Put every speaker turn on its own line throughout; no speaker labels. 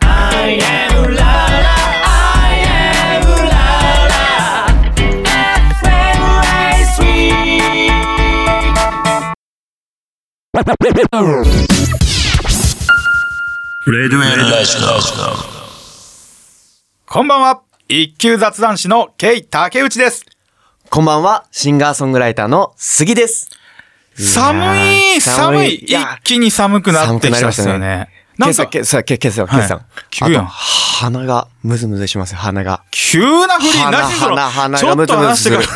I am la la I am la la FM Ice Week
レデュエル大好き
こんばんは。一級雑談師のケイ竹内です。
こんばんは、シンガーソングライターの杉です。
寒い、寒
寒
い
い。いや
一気に寒くなってきたんですよ
寒くなりま
ね。
今
なん
朝、
か、
今朝、今朝、
はい
今朝。
急やん
あと鼻がムズムズしますよ、鼻が。
急な振り、
鼻、
何それ
鼻、鼻
ちょ
が
っ
ムズ
と
ムズ
話し
す
て
る
から。。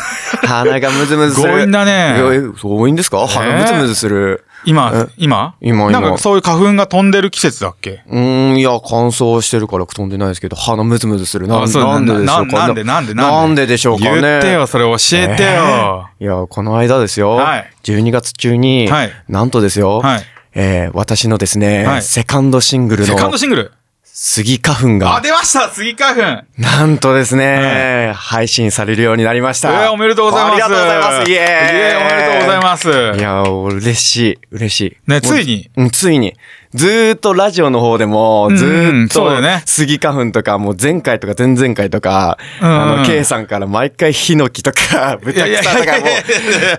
鼻がムズムズする。
強引だね
いや。え強引ですか鼻ムズムズする。
今
え、
今
今今
なんかそういう花粉が飛んでる季節だっけ
うーん、いや、乾燥してるから飛んでないですけど、鼻ムズムズする。な
あ
ん
そう
なんででしょう
な
か
なんでなんで
なんででしょうかね。
言ってよ、それ教えてよ。
いや、この間ですよ。
はい
12月中に、
はい
なんとですよ。
はい
えー私のですね、
はい
セカンドシングル
セカン
の
ドシングル。
杉花粉
あ、
が、
出ました杉花粉。
なんとですね、配信されるようになりまし
え
た。
ーおめでとうございます。
ありがとうございます。イ
イ
エーイ。
エーイおめでとうございます。
いやー、嬉しい、嬉しい。
ね、ついに。
うん、ついに。ずーっとラジオの方でも、ず
うんう
ー
ん
っ
そうだ
と
よね、
杉花粉とか、もう前回とか前々回とか、
うんうん
あの、K さんから毎回ヒノキと か、ブタクサとかもう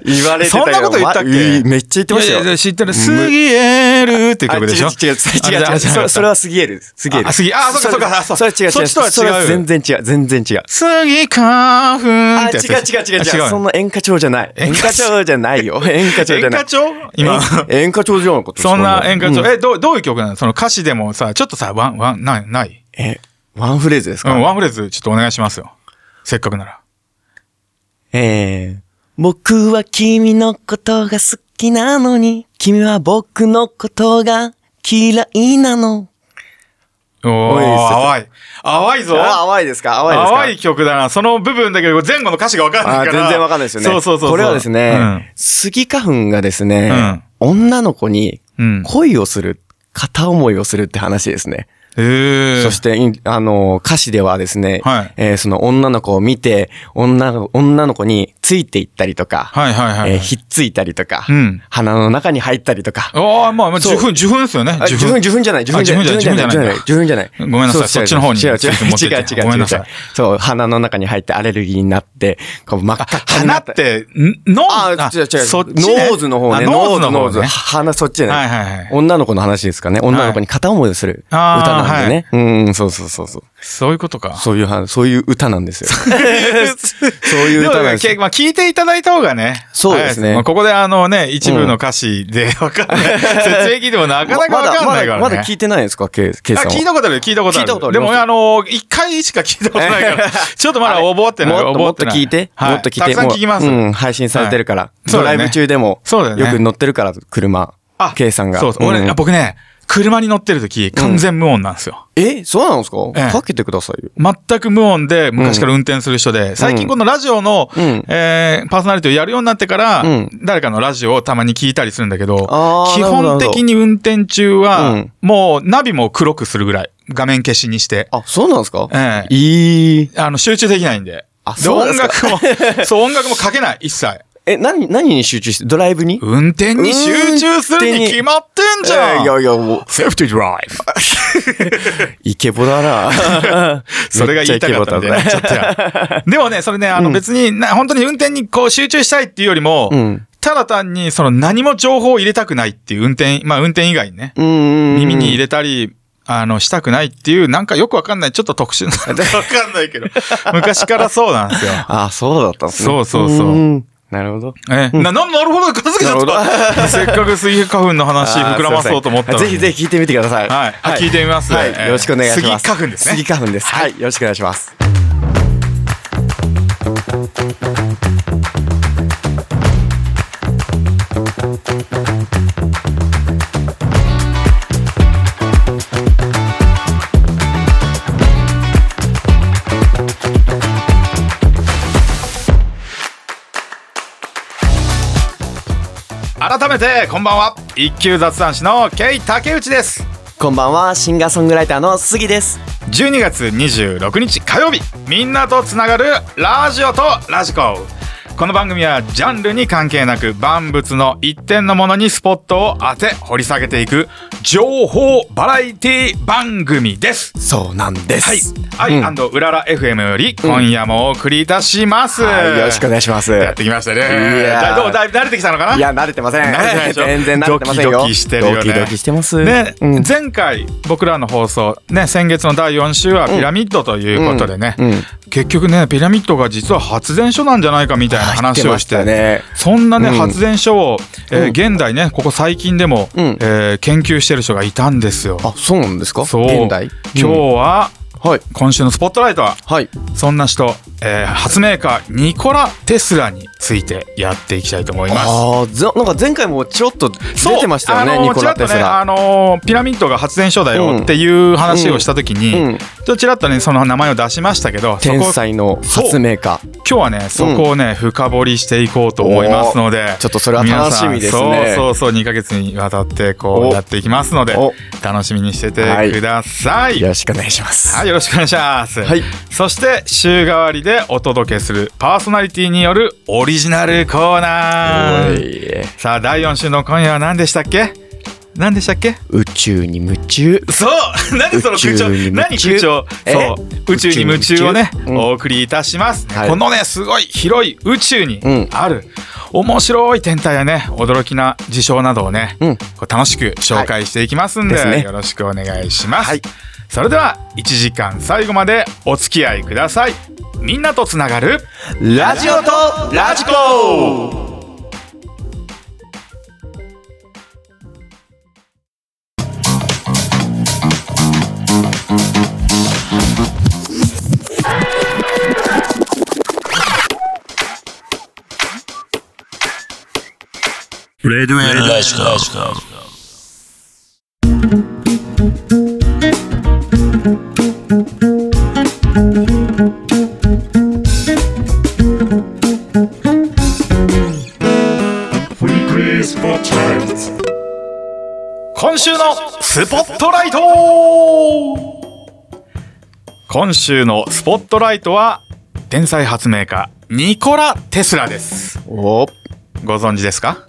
言われてた
そ
けど、
んなこと言ったっけ
まいめっちゃ言ってましたよ。
いやいや知ってる。杉エールっていう曲でしょ
あ違う違う違う違う
あ
違う。それそれ
は。
は杉エル。杉エル。
あ杉あそうかそうか
それそれは違う違う。
そっちとは違う
それ全然違う。全然違う。
杉花粉
あ、
って
違
や
う
つ
違う違う
あ
違う。
違う
その演歌調じゃない。演歌調じゃないよ。演歌調じ ゃ
演
ない。
歌調今。
え演歌調じゃなかったですか
そんな演歌
う
調。
ん
え、どう、どういう曲なのその歌詞でもさ、ちょっとさ、ワン、ワン、ない、ない。
え、ワンフレーズです
う
か
ん、ワンフレーズちょっとお願いしますよ。せっかくなら。
えー、僕は君のことが好きなのに、君は僕のことが嫌いなの。
お
おい
ー、淡い。淡いぞ。
あ、淡いですか淡いですか
淡い曲だな。その部分だけど、前後の歌詞がわかん
あ
ないか
ー全
ら。
然わかんないですよね。
そうそうそうそう。
これはですね、杉花粉がですね、女の子に
うん。うん。
恋をする、片思いをするって話ですね。
ええ。
そし、て、いあの、歌詞ではですね、
はい
えーその女の子を見て、女の女の子についていったりとか、
はいはいはい。
えーひっついたりとか、
うん
鼻の中に入ったりとか、
ああ、まあ、まあ、
そう
受粉、受粉ですよね。
あ受粉、受粉じゃない、受粉じゃない、
あ受粉じゃない
受粉じゃない、受粉じゃない。
ごめんなさい
そう
そっちの方に
違う違う
ちょっと持って
違う
って
違う違う
ごめんなさい
そう、鼻の中に入ってアレルギーになって、こう真っ赤っかに
花
な
っ。て、んノー
あ、違う違う。
そっちね
ノーズの方ね。
あノーズの
ノ
方
ーズ。
ね。
鼻そっちね。
はいはいはい
女の子の話ですかね。女の子に片思いをする歌
はい
なんでね。うん、そうそうそうそう。
そういうことか。
そういう話、そういう歌な んですよ。そういう
でも
歌なん
ね
ですよ
け。まあ、聞いていただいた方がね。
そうですね
早いまあ、ここであのね、一部の歌詞でわかん ない。説明聞いてもなかなかわかんないからね。
まだ、まだまだ聞いてないんですか、ケイケイさん
あ
は。
聞いたことある、聞いたことある。
聞いたことあ
で
ります
も、あの、一回しか聞いたことない から、ちょっとまだ覚えてない。
もっとも
覚え
ってと
ない
聞いて、
は
もっと聞いて。
たくさん聞きます。
もううん、配信されてるから。
そう
ド
だ
ラ
よね
イブ中でも、
そうだよね
よく乗ってるから、車。
あ
ケイさんが。
そうそう。俺、
ん
あ僕ね、車に乗ってる時、完全無音なんですよ。
え、そうなんですか
ええ
かけてくださいよ。
全く無音で昔から運転する人で、最近このラジオの、
うん
えーパーソナリティをやるようになってから、
うん
誰かのラジオをたまに聞いたりするんだけど、
あー
基本的に運転中は、
うん
もうナビも黒くするぐらい、画面消しにして、
あ、そうなんですか
ええ
いい。
あの集中できないんで。
あ
で
そ
音
うなんです
楽も、
か
そう、音楽もかけない、一切。
え、何、何に集中して、ドライブに
運転に集中するに決まってんじゃん、
ええいやいや、もう、
セーフティードライブ。
イケボだな
それが言いたかったんで、
めっち
ちょっとやでもね、それね、あの別にな、本当に運転にこう集中したいっていうよりも、
ん
ただ単にその何も情報を入れたくないっていう運転、まあ運転以外にね、
うんうんうん。
耳に入れたり、あの、したくないっていう、なんかよくわかんない、ちょっと特殊な、 わかんないけど、昔からそうなんですよ。
あ、そうだったんですね。。
そうそうそうん
なるほど。
え、な、ななるほど、片付けちゃっ
な
た。せっかく水花粉の話膨らまそうと思ったのに。
ぜひぜひ聞いてみてください。
はいあ聞いてみます
はい
えー
よろしくお願いします。
杉花粉ですね
杉花粉です。はい。よろしくお願いします。
改めて、こんばんは。一級雑談師のケイ竹内です。
こんばんは、シンガーソングライターの杉です。
12月26日火曜日みんなとつながるラジオとラジコこの番組はジャンルに関係なく万物の一点のものにスポットを当て掘り下げていく情報バラエティ番組です
そうなんです。
はい、愛うらら FM より今夜もお送りいたします、
はいよろしくお願いします。
やってきましたね
やー
だどうだいぶ慣れてきたのかない
や、慣れてません。
慣れてないでしょ
全然慣れてませんよ。
ドキドキしてるよね
ドキドキしてます。
ね、
うん
前回僕らの放送ね先月の第4週はピラミッドということでね、
うん。
結局ねピラミッドが実は発電所なんじゃないかみたいな話をして
入って
そんなね、
うん
発電所を、えー
うん
現代ねここ最近でも、
うん
えー研究してる人がいたんですよ。
ましたね。あ、そうなんですか
そう
現代
今日
うん
は、
はい。
今週のスポットライトは
はい。
そんな人、えー発明家ニコラ・テスラについてやっていきたいと思います。
ああ、ぜなんか前回もちょっと出てましたよ
そうあ
ね、
のー
ニコラ・テス
ちら
ラ。
っとね、あのーピラミッドが発電所だよっていう話をした時に、
うん、
ちょっとちらっとねその名前を出しましたけどそこ
天才の発明家。
今日はねそこをね、深掘りしていこうと思いますので
ちょっとそれは楽しみです
皆さん
ね。
そうそうそう2ヶ月にわたってこう
お
やっていきますので
お
楽しみにしてて
はい
ください。
よ
はい
ろしくお願いします。
よろしくお願いします、
はい
そして週替わりでお届けするパーソナリティによるオリジナルコーナ
は
ー
い
さあ第4週の今夜は何でしたっけ何でしたっけ
宇宙に夢中。
そう何その空調
宇宙に夢中
何空調
え
そう宇宙に夢中をね
宇宙に夢中うん
お送りいたします、
はい
このねすごい広い宇宙に
うん
ある、面白い天体やね驚きな事象などをね、
うん
こう楽しく紹介していきますんで,、
はいですね
よろしくお願いします、
はい
それでは1時間最後までお付き合いくださいみんなとつながる
ラジオとラジコ
レデュエラジコ。
Weekly Spotlight.
今週のスポットライト今週のスポットライトは天才発明家ニコラ・テスラです
お
ご存知ですか、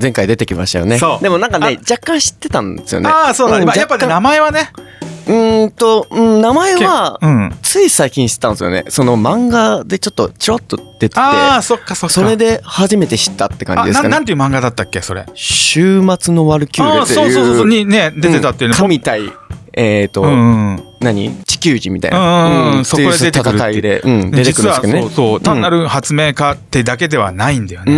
前回出てきましたよね
そう
でもなんかね
あ
若干知ってたんですよね
ああそうだね、
ん
まあやっぱね
若干
名前はね
うーんと、うん、名前
け
は
うん、
つい最近知ったんですよねその漫画でちょっとちょろっと出てて
ああそっかそっか
それで初めて知ったって感じ
あ
です
な
か
な
ね
んていう漫画だったっけそれ
週末のワルキュー
あ
レ
あ
って
そう
いう
そうそうそうにね出てたっていう
うん
の
神対えっと
うんうんうん
何地球人みたい
うんうん
な
うん
うん
そこで
ってい
出
う
てくるって
戦いでうん出てくるんですけど
実は
ね
そうそう単なる発明家ってだけではないんだよね、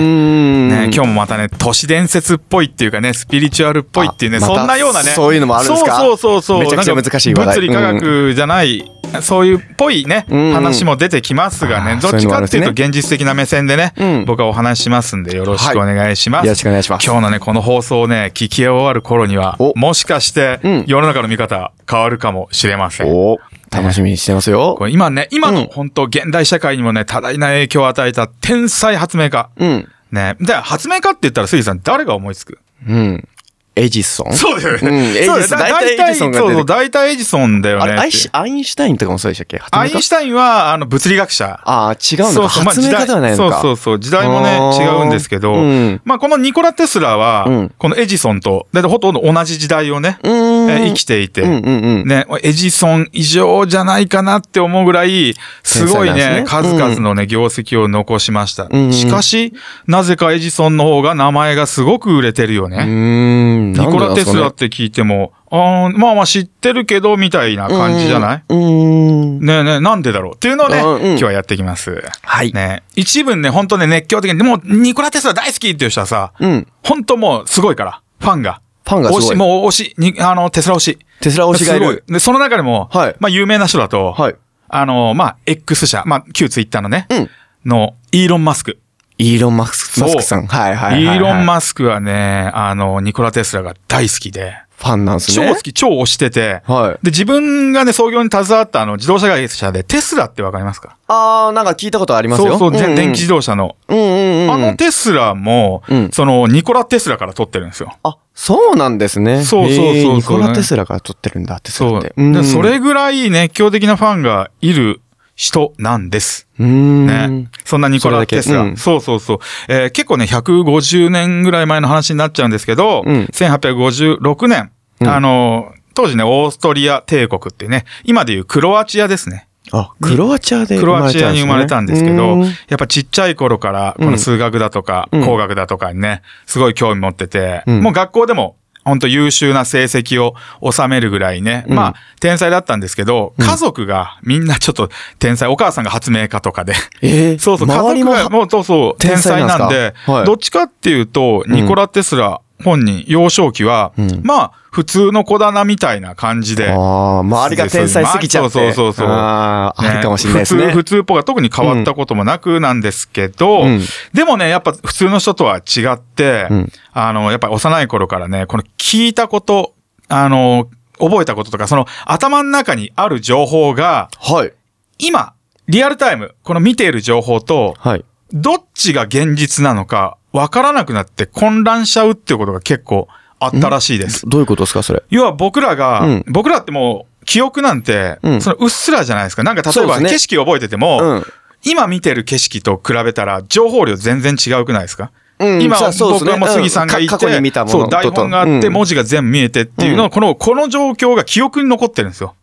ね、今日
日
もまたね、都市伝説っぽいっていうかね、スピリチュアルっぽいっていうね、
あまた
そんなようなね。
そういうのもあるんですか
そうそうそうそう。
めちゃくちゃ難しい
なん
話
か
題
物理科学じゃない、そういうっぽいね、
うんうん
話も出てきますが
あ
ね、
ー
どっちかっていうと
そういうのもあるんで
現実的な目線でね、
うん
僕はお話ししますんで、よろしくお願いします。
よろしくお願いします
今日のね、この放送をね、聞き終わる頃には、
お
もしかして
うん、
世の中の見方変わるかもしれません。
お楽しみにしてますよ
これ今ね、今
う
の
ん
本当現代社会にもね、多大な影響を与えた天才発明家。
うん
ね。で、発明家って言ったら、杉さん、誰が思いつく
うんエジソン
そうだよ
うんエジソン
そうだよ
大体エジソンが
そう
出てくる
そう、大体エジソンだよ
あ
ねっ
れ
て。
アイシアインシュタインとかもそうでしたっけ
アインシュ
ュ
タインは、あの、物理学者。
ああ違うのか
そうそうまあ
発明家ではないのか
そうそうそう。時代もね
あ、ー
違うんですけど
うん。
まあ、このニコラ・テスラは
うん、
このエジソンと、だいたいほとんど同じ時代をね、
うーん
えー生きていて。
うんうんうん
ね、エジソン以上じゃないかなって思うぐらい、すごいね、
天才な
数
んですね
々のね、業績を残しました。
うんうん
しかし、なぜかエジソンの方が名前がすごく売れてるよね。
うーん
ニコラ・テスラって聞いても、あーまあまあ知ってるけど、みたいな感じじゃないう
ーん
ねえねえ、なんでだろうっていうのをね、
うんうん
今日はやっていきます。
はい
ねえ一部ね、本当ね、熱狂的に、もうニコラ・テスラ大好きっていう人はさ、
うん
本当もうすごいから、ファンが。
ファンがすごい
推し、もう推し、にあの、テスラ推し。
テスラ推しがい
すご
る
で、その中でも、
はい
まあ有名な人だと、
はい
あの、まあ X 社、まあ旧ツイッターのね、
うん
の、イーロン・マスク。
イーロン・マスク
そう
マスクさんはいはいはい
イ
はい
ーロン・マスクはね、あの、ニコラ・テスラが大好きで、
ファンなんです
超
ね
好き、超推してて、
はい
で、自分がね、創業に携わったあの自動車会社でテスラってわかりますか
ああなんか聞いたことあります
そ
よ
うそう、ぜ
んん
電気自動車の。
うんうんうん
あのテスラも、
うん
そのニコラ・テスラから取ってるんですよ。
あ、そうなんですね。
そうそうそうそう
へーニコラ・テスラから撮ってるんだ、テスラ
そ
っ
う
て。。ん
でそれぐらい熱狂的なファンがいる人なんです。
うーん。
ね。そんなニコラ・テスラ。
それだけうん
そうそうそう。えー結構ね、150年ぐらい前の話になっちゃうんですけど、
うん
1856年、
うん
あのー、当時ね、オーストリア帝国ってね、今でいうクロアチアですね。
あ、クロアチアで
クロアチアに生まれたんですけど、
うーん
やっぱちっちゃい頃から、この数学だとか、
うん
工学だとかにね、すごい興味持ってて、
うん
もう学校でも、本当優秀な成績を収めるぐらいね。
うん
まあ、天才だったんですけど、家族がみんなちょっと天才、お母さんが発明家とかで。
えー
そうそう、家
周り
族
も
がもうそうそう、
天
天
才
才
なんす
な
か
んで、
はい
どっちかっていうと、ニコラ・テスラ本人、幼少期は、
うん
まあ、普通の子だなみたいな感じで、
ああ、周りが天才すぎちゃって。
そうそうそうそう
ああ、
ね
あるかもしれないですね。
普通、普通っぽが特に変わったこともなくなんですけど、
うん
でもね、やっぱ普通の人とは違って、
うん
あの、やっぱ幼い頃からね、この聞いたこと、あの、覚えたこととか、その頭の中にある情報が、
はい。
今、リアルタイム、この見ている情報と、
はい。
どっちが現実なのか、わからなくなって混乱しちゃうっていうことが結構あったらしいです。
どういうことですか、それ。
要は僕らが、
うん
僕らってもう、記憶なんて、
うん
そのうっすらじゃないですか。なんか例
そう
え
で
ば
すね
景色を覚えてても、
うん
今見てる景色と比べたら情報量全然違うくないですか、
うん
今
さあそうです
僕
ね
はもう杉さんがいて、
うんか過去に見たもの
そう、台本があっ
と
て
と
文字が全部見えてっていうのは、
うん
この、この状況が記憶に残ってるんですよ。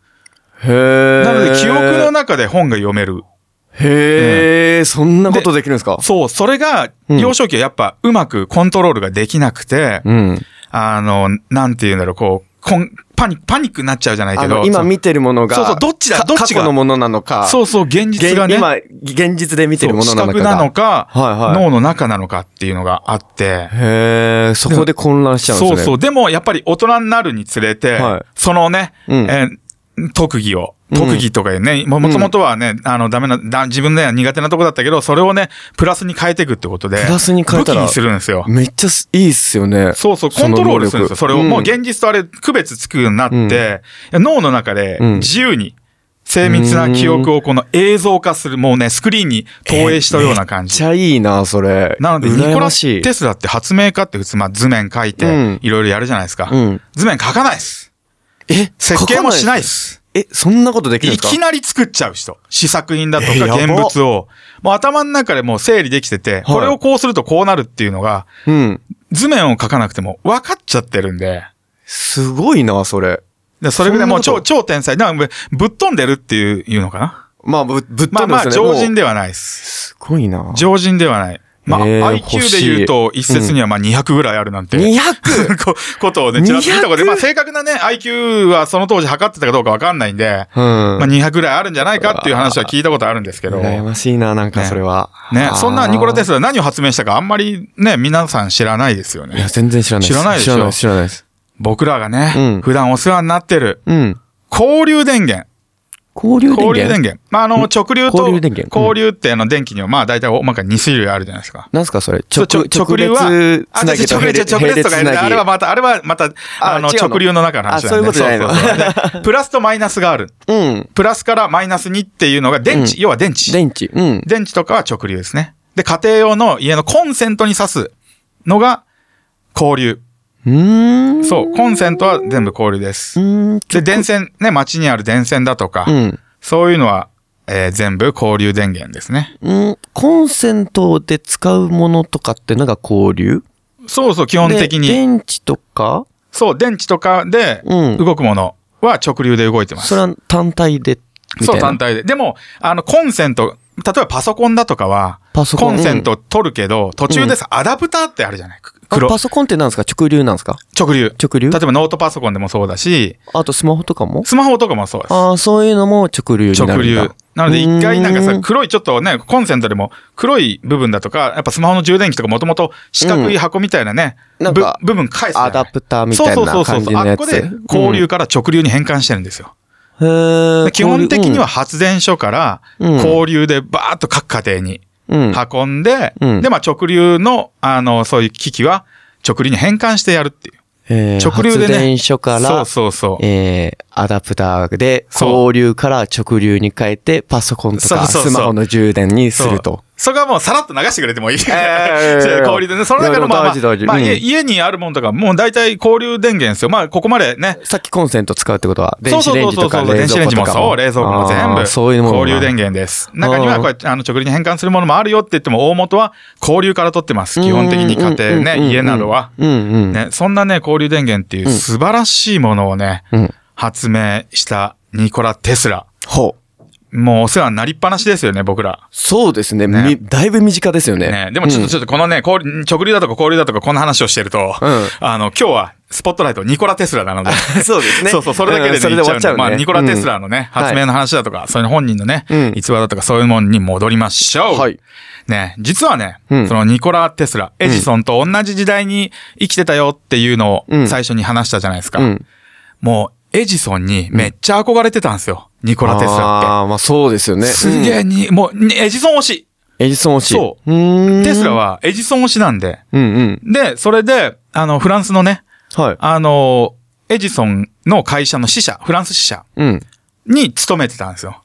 へえ。
なので記憶の中で本が読める。
へえ、そんなことできるんですか
そう、それが、
うん
幼少期はやっぱうまくコントロールができなくて、
うん。
あの、なんて言うんだろう、こう、こんパニック、パニックになっちゃうじゃない
あ
けど
の、、今
その
見てるものが、
そうそうどっちだ
か
どっちが
過去のものなのか、
そうそう、現
現
実がね。
今、現実で見てるものなの
そう
か
視覚
が。
なのか、
はいはい
脳の中なのかっていうのがあって。
へえ、そこで混乱しちゃうんです
そ
ね。
うそう。でも、やっぱり大人になるにつれて、
はい
そのね、
うん
えー特技を、
うん
特技とかね、もともとはね、あの、ダメな、だ自分では苦手なとこだったけど、それをね、プラスに変えていくってことで、
プラスに変えたら
武器にするんですよ。
めっちゃすいいっすよね。
そうそう、
そ
コン
の
トロー
能
ル
力
するんですよ。それを、もう
うん
現実とあれ、区別つくようになって、脳の中で
うん
自由に、精密な記憶をこの映像化する、もうね、スクリーンに投影したような感
めっ
じ。
ちゃいいな、それ。
なので、ニコ
羨
ラ・
ましい
テスラって発明家って普通、まあ図面書いうて
ん、
いろいろやるじゃないですか。
うん
図面書かないです。
え
設計もしないで
書か
す。
え、そんなことできるん
い
ですか
きなり作っちゃう人。試作品だと
えやば
か現物を。もう頭の中でもう整理できてて、これをこうするとこうなるっていうのが、
うん。
図面を書かなくても分かっちゃってるんで。
すごいな、それ。
でそれぐらいもう
そんな
超、
こ
超天才。なんかぶっ飛んでるっていう、いうのかな。
まあ、ぶぶっ飛んで
まあま
ま
あ、
すよね。
常人
で。
ではないです。
すごいな。
常人ではない。まあ、
えー
IQ で言うと、一説にはまあ200ぐらいあるなんて。
200!
こことをね、ちらっと見たことで、
200
まあ正確なね、IQ はその当時測ってた かどうかわかんないんで、
うん。
まあ200ぐらいあるんじゃないかっていう話は聞いたことあるんですけど、
羨
ね、
ましいな、なんかそれは。
そんなニコラ・テ
ス
スラ何を発明したかあんまりね、皆さん知らないですよ
いや、
ね。
全然知らないです。
知らないでしょ
知らないです。知らないです。
僕らがね、
うん
普段お世話になってる、
うん。
交流電源。
交流電源
交流電源。まあ、あ
うん
の、直流と、
交流電源うん
交流ってあの、電気には、まあ、大体大まかに2種類あるじゃないですか。
なんすかそれ
そう
直
ちょ
直列つなぎと
あ直
並
列
列
直列とかやるね
並列つなぎ
あれはまた、あれはまた、
あ
あの、
違うの
直流の中の話だね。
あそういうことじゃないの
そうそうそ うでプラスとマイナスがある。
うん。
プラスからマイナス2っていうのが電池、
うん
要は電池。
電池。うん。
電池とかは直流ですね。で、家庭用の家のコンセントに挿すのが交流。
うーん。
そう、コンセントは全部交流です
う。ーん。
で、電線、ね、街にある電線だとか、
うん。
そういうのは、えー全部交流電源ですね。
うん。コンセントで使うものとかってのが交流
そうそう、基
基
本的に。
電池とか
そう、電池とかで
うん
動くものは直流で動いてます。
それは単体で。み
そ、
たいうな
単体で。でも、あの、コンセント、例えばパソコンだとかは、
パソコン
ンセント取るけど、途中でさ、アダプターってあるじゃないく
あ
黒
パ、ソコンって何ですか直流なんですか
直流。
直流
例えばノートパソコンでもそうだし、
あとスマホとかも
スマホとかもそうです。
ああ、そういうのも直流になるんだ。
直流。なので一回なんか
うー
さ、黒いちょっとね、コンセントでも黒い部分だとか、やっぱスマホの充電器とかもともと四角い箱みたいなね、
うんなん
ぶ
か
部分返すじゃな
ア
い
ダプターみたいな感じの
あっ
や
こ
つ。
で交流から直流に変換してるんですよ。
うん。へー
で基本的には、発電所から
うん
交流でバーッと各家庭に
うんうん
運んで、
うん
で、まあ直流の、あの、そういう機器は直流に変換してやるっていう。
えー
直流でね
発電所から、
そうそうそう。
えー、アダプターで、
そう
交流から直流に変えて、パソコンとか
そうそう
ス
そう
マホの充電にすると。
そそこはもうさらっと流してくれてもいい。
ええ
じゃあ交流でね。その中のまあ、ま
いやでも大事大事
あまあ
うん
家家にあるものとか、もう大体交流電源ですよ。まあ、ここまでね。
さっきコンセント使うってことは、
そ
電
う
子
そう
レ
そう
ンジ
そ
と
うそ
か
う
冷
電
蔵
子レン
庫
ジ
と
も
か。
そう、冷蔵庫も全
あ
部。
ーそういうものが
交流電源です。中にはこうやってあの直流に変換するものもあるよって言っても、大元は交流から取ってます。基本的に家庭
うんうんうんう
ね、
ん
家などは。
うんうん。
ね、そんなね、交流電源っていう素晴らしいものをね、
うん。
発明したニコラ・テスラ。
ほう。
もうお世話になりっぱなしですよね、僕ら。
そうですね。
ね
みだいぶ身近ですよね。
ね、でもちょっと、ちょっとこのね、交流直流だとか交流だとかこんな話をしてると、
うん
あの、今日はスポットライトニコラ・テスラなので。
そうですね。
そうそう、それだけでね
んそ
言
れで
っちゃ
終
う
わ
ん
っち
で
ゃうね。
まあ、ニコラ・テスラのね、
うん
発明の話だとか、そういう本人のね、
うん
逸話だとか、そういうものに戻りましょう。
はい
ね、実はね、
うん
そのニコラ・テスラ、エジソンと同じ時代に生きてたよっていうの
う
を
ん
最初に話したじゃないですか。
うん。
もう、エジソンにめっちゃ憧れてたんですよ、ニコラ・テスラ
ああ、まあそうですよ
っ
ね。
て。すげ
う
え
ん
に、もう、にエジソン推し。
エジソン推し。
そう
うーん。
テスラ。はエジソン推しなんで。
うんうん。
で、それで、あの、フランスのね、
はい。
あの、エジソンの会社の支社、フランス支社
うん。
に勤めてたんですよ。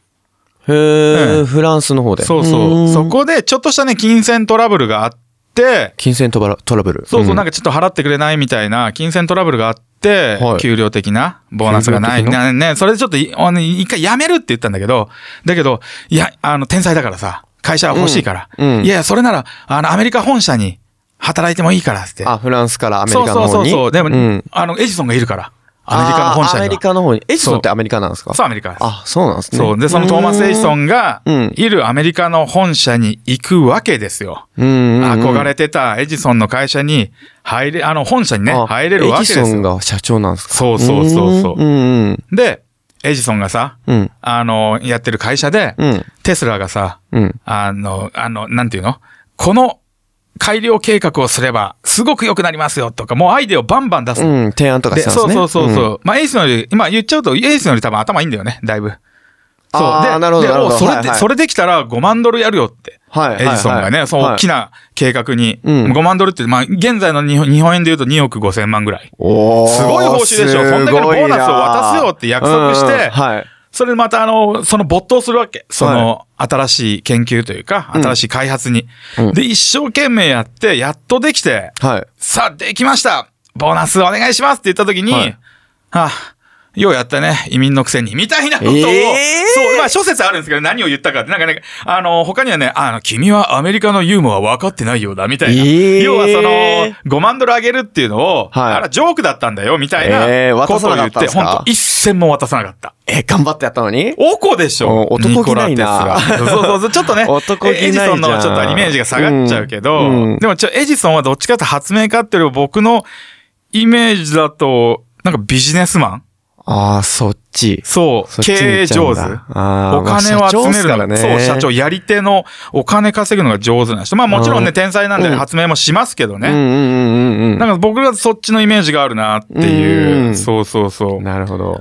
へ
う
え、
ん
フランスの方で。
そう
ー
そ
ん
う。そ。こで、ちょっとしたね、金銭トラブルがあって、
金銭トラトラブル。
そうそう、なん
か。
かちょっと払ってくれないみたいな、金銭トラブルがあって
はい、
給料的な、ボーナスがない。
給料的
なね、それでちょっとい、あの一回辞めるって言ったんだけど、だけど、いや、あの、天才だからさ、会社は欲しいから。
うんうん
いやいや、それなら、あの、アメリカ本社に働いてもいいからって。
あ、フランスからアメリ
そう
カ
そ
の
うそ
方
う
に。
そう。でも、
ん
あの、エジソンがいるから、アメリカの本社
あー
には。
アメリカの方に。エジソンってアメリカなんですか
そう、アメリカです。
あ、そうなんですね。
そう。で、そのトーマス・エイソンが
うん、
いるアメリカの本社に行くわけですよ。
うんうんうん
憧れてたエジソンの会社に入れ、あの、本社にね、
あ
入れるわけです
エジソン
よ。
が社長なんですか
そうそうそうそう
ーんうん
で、エジソンがさ、
うん。うん。
あの、やってる会社で、
うん。
テスラがさ、
うん。
あの、あの、なんていうのこの改良計画をすれば、すごく良くなりますよとか、もうアイデアをバンバン出すの。
うん。提案とか
で
したんで
そ
す
う
ね。
そうそうそう。まあ、エイソンより、今言っちゃうと、エイソンより多分頭いいんだよね、だいぶ。
あー
で、
なるほど
で
なるほど
おそれで、
はいはい
それできたら5万ドルやるよって。
はいはい
エ
はい
ジソンがね、その大きな計画に、
うん
5万ドルって、まあ、現在の日本日本円で言うと2億5千万ぐらい。
おー
すごい報酬でしょ
す
そんだけのボーナスを渡すよって約束して
うんうんはい。
それでまた、あの、その没頭するわけ。その、新しい研究というか、
ん
新しい開発に。
うん
で、一生懸命やって、やっとできて、
はい。
さあ、できましたボーナスお願いしますって言った時に、
は
はいあ、ようやったね、移民のくせに、みたいなことを、
えー
そう、まあ諸説あるんですけど、何を言ったかって、なんかね、あの、他にはね、あの、君はアメリカのユーモア分かってないようだ、みたいな。
えー
要はその、5万ドルあげるっていうのを、
はい
あら、ジョークだったんだよ、みたいな
えー渡
こ
さ
とを
な
言
か
っ
ったん
て、
ですか
本当一銭も渡さなかった。
え、頑張ってやったのに
おこでしょ
お男気ない
ニ
な
コラテスラそうそうそう。ちょっとね、
男気ないじゃん
エジソンのちょっとイメージが下がっちゃうけど、
うんうん
でもちょ、エジソンはどっちかっていうと発明家っていうよりも僕のイメージだと、なんかビジネスマン
ああ、そっち。
そう
そっち
経
に行
営
っちゃう
上
ん
手
だ。あー
お金を集めるの、
まあ社長っすからね
そう、社長、やり手のお金稼ぐのが上手な人。まあもちろん
う
ね、
ん
天才なんで発明もしますけど
うんう
ね。
んうんうんうん。
なんか僕がそっちのイメージがあるなって
う
いう。
ん
そうそうそう。
なるほど。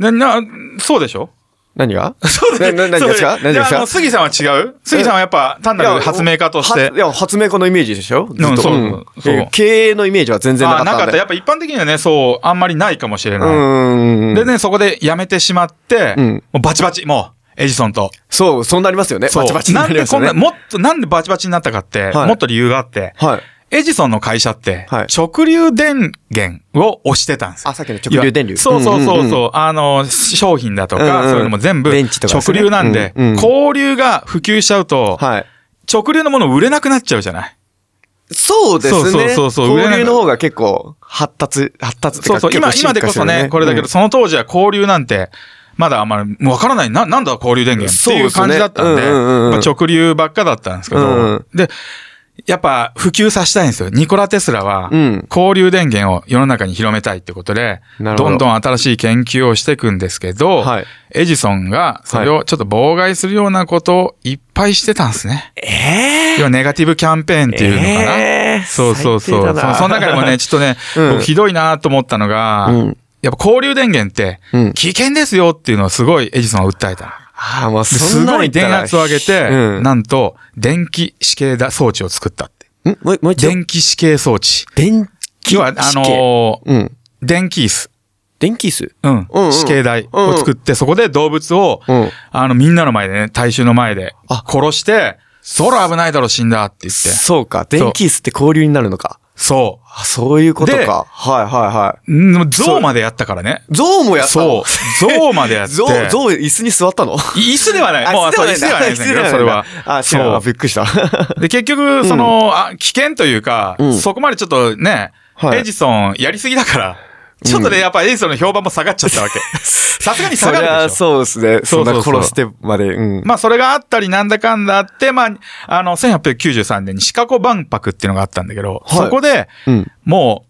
な、な、そうでしょ
何が
そうだね。
なな何ですか
そう
何です
いやあ
か
の杉さんは違う杉さんはやっぱ単なる発明家とし
い
て
や。いや、発明家のイメージでしょずっと
うんそうそう
え経営のイメージは全然
あ
なか
あ、
った
なん
で。
かった。やっぱ一般的にはね、そう、あんまりないかもしれ
う
なん
うんう
い。
ん。
でね、そこで辞めてしまって、
うん
もうバチバチ、もう、エジソンと。
そう、そうなりますよね。
そう
バチバチにな
なん
りま
です
よ
こん
ね。
な、もっと、なんでバチバチになったかって、
はい
もっと理由があって、
はい。
エジソンの会社って
はい、
直流電源を押してたんですよ
あ、さっきの直流電流。
そうそうそうそう、
んんん。
あの、商品だとか、
うんうん
そういうのも全部、
電池とかですね
直流なんで、
うんうん
交流が普及しちゃうと、
はい。
直流のもの売れなくなっちゃうじゃない。
そうです
そ
ね。
うそうそうそう
交流の方が結構発達、発達ってい
そう
か
そう、今、今でこそね、これだけど、、その当時は交流なんて、まだあんまり、わからない、な、なんだ交流電源っていう
そう
感
です
じだ
ね
ったんで、
うんうんうん
やっぱ直流ばっかだったんですけど、
うんうん
で、やっぱ普及させたいんですよ。ニコラ・テスラは
うん、
交流電源を世の中に広めたいってことで、
なるほど
どんどん新しい研究をしていくんですけど、
はい
エジソンがそれをちょっと妨害するようなことをいっぱいしてたんですね。要はネガティブキャンペーンっていうのかな。
えー
そうそうそう。そ
最低だ
の
な
その中でも ね、ちょっとね、
うん
僕ひどいなと思ったのが、
うん
やっぱ交流電源って
うん、
危険ですよっていうのをすごいエジソンは訴えた。
ああ、まあ、
ですすごい電圧を上げて、
うん。
なんと、電気死刑だ装置を作ったって。
んもうもう一度。
電気死刑装置。
電気
要は、あのー
うん。
電気椅子。
電気椅子
うん
うんう。ん
死刑台を作って、そこで動物を
うん、
あの、みんなの前でね、大衆の前で
あ、
殺して、空危ないだろ、死んだって言って。
そうか。電気椅子って交流になるのか。
そ
あ、そういうこと
で
か。はいはいは
う。んでも象までやったからね。
い。象もやった
そ
の
う。象までやって。
象、象、椅子に座ったの
椅子ではない。もう、そう椅子ではないですね。それは。
あ、そうなん
そ
だあ、びっくりした。
う。で、結局、その、あ、危険というか
う、ん
そこまでちょっとね、
はい
エジソンやりすぎだから、ちょっとね、やっぱエジソンの評判も下がっちゃったわ け。さすがに
そ
下
り
がる
ゃ
でしょ。
そうですね。
そ
そう
そうんそう
な殺してまで。うん。
まあ、それがあったり、なんだかんだあって、まあ、あの、1893年にシカゴ万博っていうのがあったんだけど、
はい
そこで、
うん。
も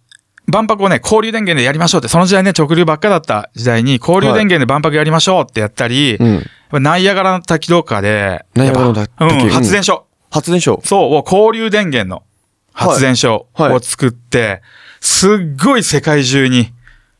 う、万博をね、交流電源でやりましょうって、その時代ね、直流ばっかだった時代に、交流電源で万博やりましょうってやったり、
うん。
やっぱナイアガラの滝とかで、
ナイアガラの滝
やっぱうん
うん
発電所。
発電所。
そう、を交流電源の発電所
はいは
を
い
作って、すっごい世界中に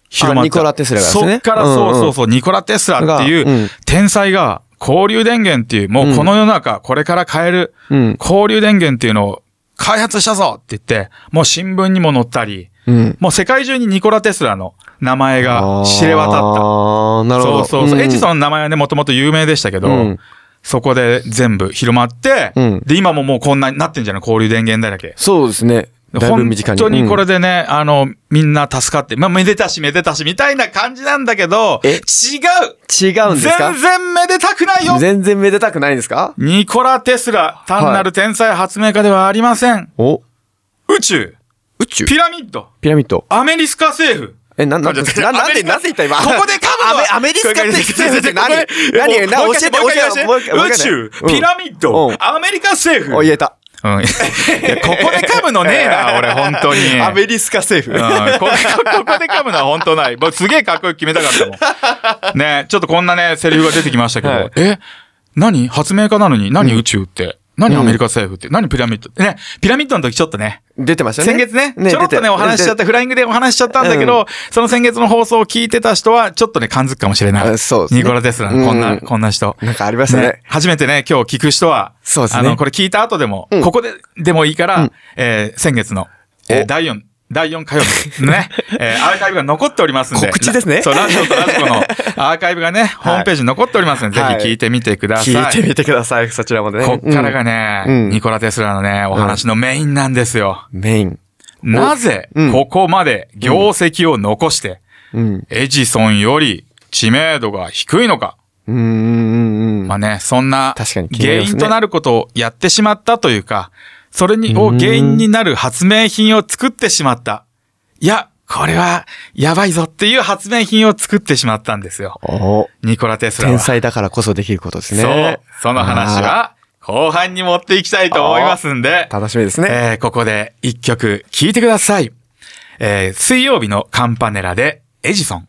広まった。
あニコラテスラがですね
そっから、
うんうん
そうそうそう、ニコラテスラってい
がう
うん天才が、交流電源っていう、もうこの世の中、これから変える、
うん。
交流電源っていうのを開発したぞって言って、もう新聞にも載ったり、
うん。
もう世界中にニコラ・テスラの名前が知れ渡った。
ああ、なるほ
そう
ど。
そうそう。エジソン
ン
の名前はね、もともと有名でしたけど、
うん
そこで全部広まって、
うん
で、今ももうこんなになってんじゃない交流電源だらけ。
そうですね。だいぶ
本
身近に。
当にこれ
うん
でね、あの、みんな助かって、まあ、めでたしめでたしみたいな感じなんだけど、
え
違う
違うんですか
全然めでたくないよ
全然めでたくないんですか
ニコラ・テスラ、単なる天才発明家ではありません。
お
宇宙、
宇宙
ピラミッド、
ピラミッド。
アメリスカ政 府、
え、な、な、な、
ちょ
な
っと
なんで、なぜ言った今。
ここで噛むのは
アメアメリスカって言って何
ここで
何
もう
な
もう一
教えて
回もう一回
教えてもう一回もう一回
宇宙、
うん
ピラミッド、
うん
アメリカ政府。
お、言えた。
うんいやここで噛むのねえ な、俺、本当に。
アメリスカ政
う
府。
んここここで噛むのは本当ない。僕すげえかっこよく決めたかったもん。ねちょっとこんなね、セリフが出てきましたけど、
はい
え何発明家なのに何宇宙って何アメリカ政府って何ピラミッドってね、ピラミッドの時ちょっとね、
出てましたね。
先月ね、ちょろっとね、お話しちゃっ。
出
た、フライングでお話しちゃったんだけど、
うん
その先月の放送を聞いてた人は、ちょっとね、感づくかもしれない。
あそうですね
ニコラ・テスラのこんな、
うん
こんな人。
なんかありましたね
初めてね、今日聞く人は、
そうですね
あの、これ聞いた後でも、
うん
ここででもいいから、
ん
えー先月の、えー第4、第4火曜日のね、えーアーカイブが残っておりますんで。
告知ですね
そう、ラジオとラジコ のアーカイブがね、ホームページに残っておりますんで、
はい
ぜひ聞いてみてください。
聞いてみてください、そちらまでね。
こっからがね、
うん
ニコラ・テスラのね、お話のメインなんですよ。
うんメイン。
なぜ
うん
ここまで業績を残して、
うん。
エジソンより知名度が低いのか。
うんうんうん。
まあね、そんな
確かに気にな
原
ります
因
ね
となることをやってしまったというか、それに、を原因になる発明品を作ってしまった。いや、これはやばいぞっていう発明品を作ってしまったんですよ。
お
ニコラ・テスラは。
天才だからこそできることですね。
そう。その話は後半に持っていきたいと思いますんで。
楽しみですね。
えーここで一曲聴いてください。えー水曜日のカンパネラでエジソン。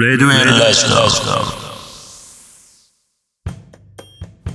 レデュエルラジ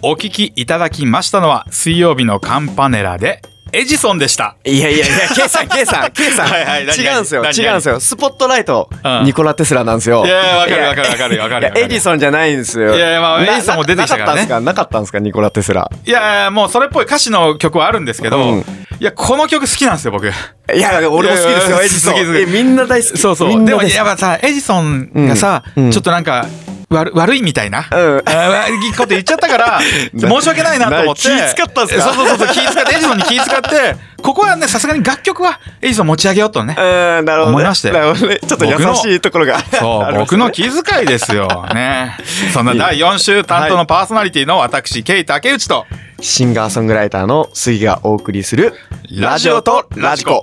お聴きいただきましたのは水曜日のカンパネラでエジソンでした。
いやいやいや、ケ イさん、ケイさん、ケイさん。
はいはい何々
違うんすよ、
何々
違うんすよ。スポットライト
うん、
ニコラ・テスラなんですよ。
いやいやわかるわかるわかるわかる
いやエジソンじゃないんですよ。
いやいやまあ
な
エジソンも出てきたからね
ななかったんすかなかったんすか、ニコラ・テスラ。
いやーもうそれっぽい歌詞の曲はあるんですけど、
うん
いや、この曲好きなんですよ、僕。
いや、俺も好きです
いやい
よ、
や
エジソン。
好き好き
えみんな大好き。
そうそう。
みん
で
な
も、
大好き
やっぱさ、エジソンがさ、
うんうん
ちょっとなんか、悪悪いみたいな、あーいいこと言っちゃった から、申し訳ないなと思って。
な気使ったんすか
そうそうそうそう、気使って、エジソンに気使って、ここはね、さすがに楽曲はエジソン持ち上げようと ね。
うん、なるほどね。
思いましたよ
なるほどね。ちょっと優しいところが。
そ
あ
う、
ります
僕の気遣いですよ。ね。そんな第4週担当のパーソナリティの私、ケイ竹内と、
シンガーソングライターの杉がお送りする、
ラジオとラジコ。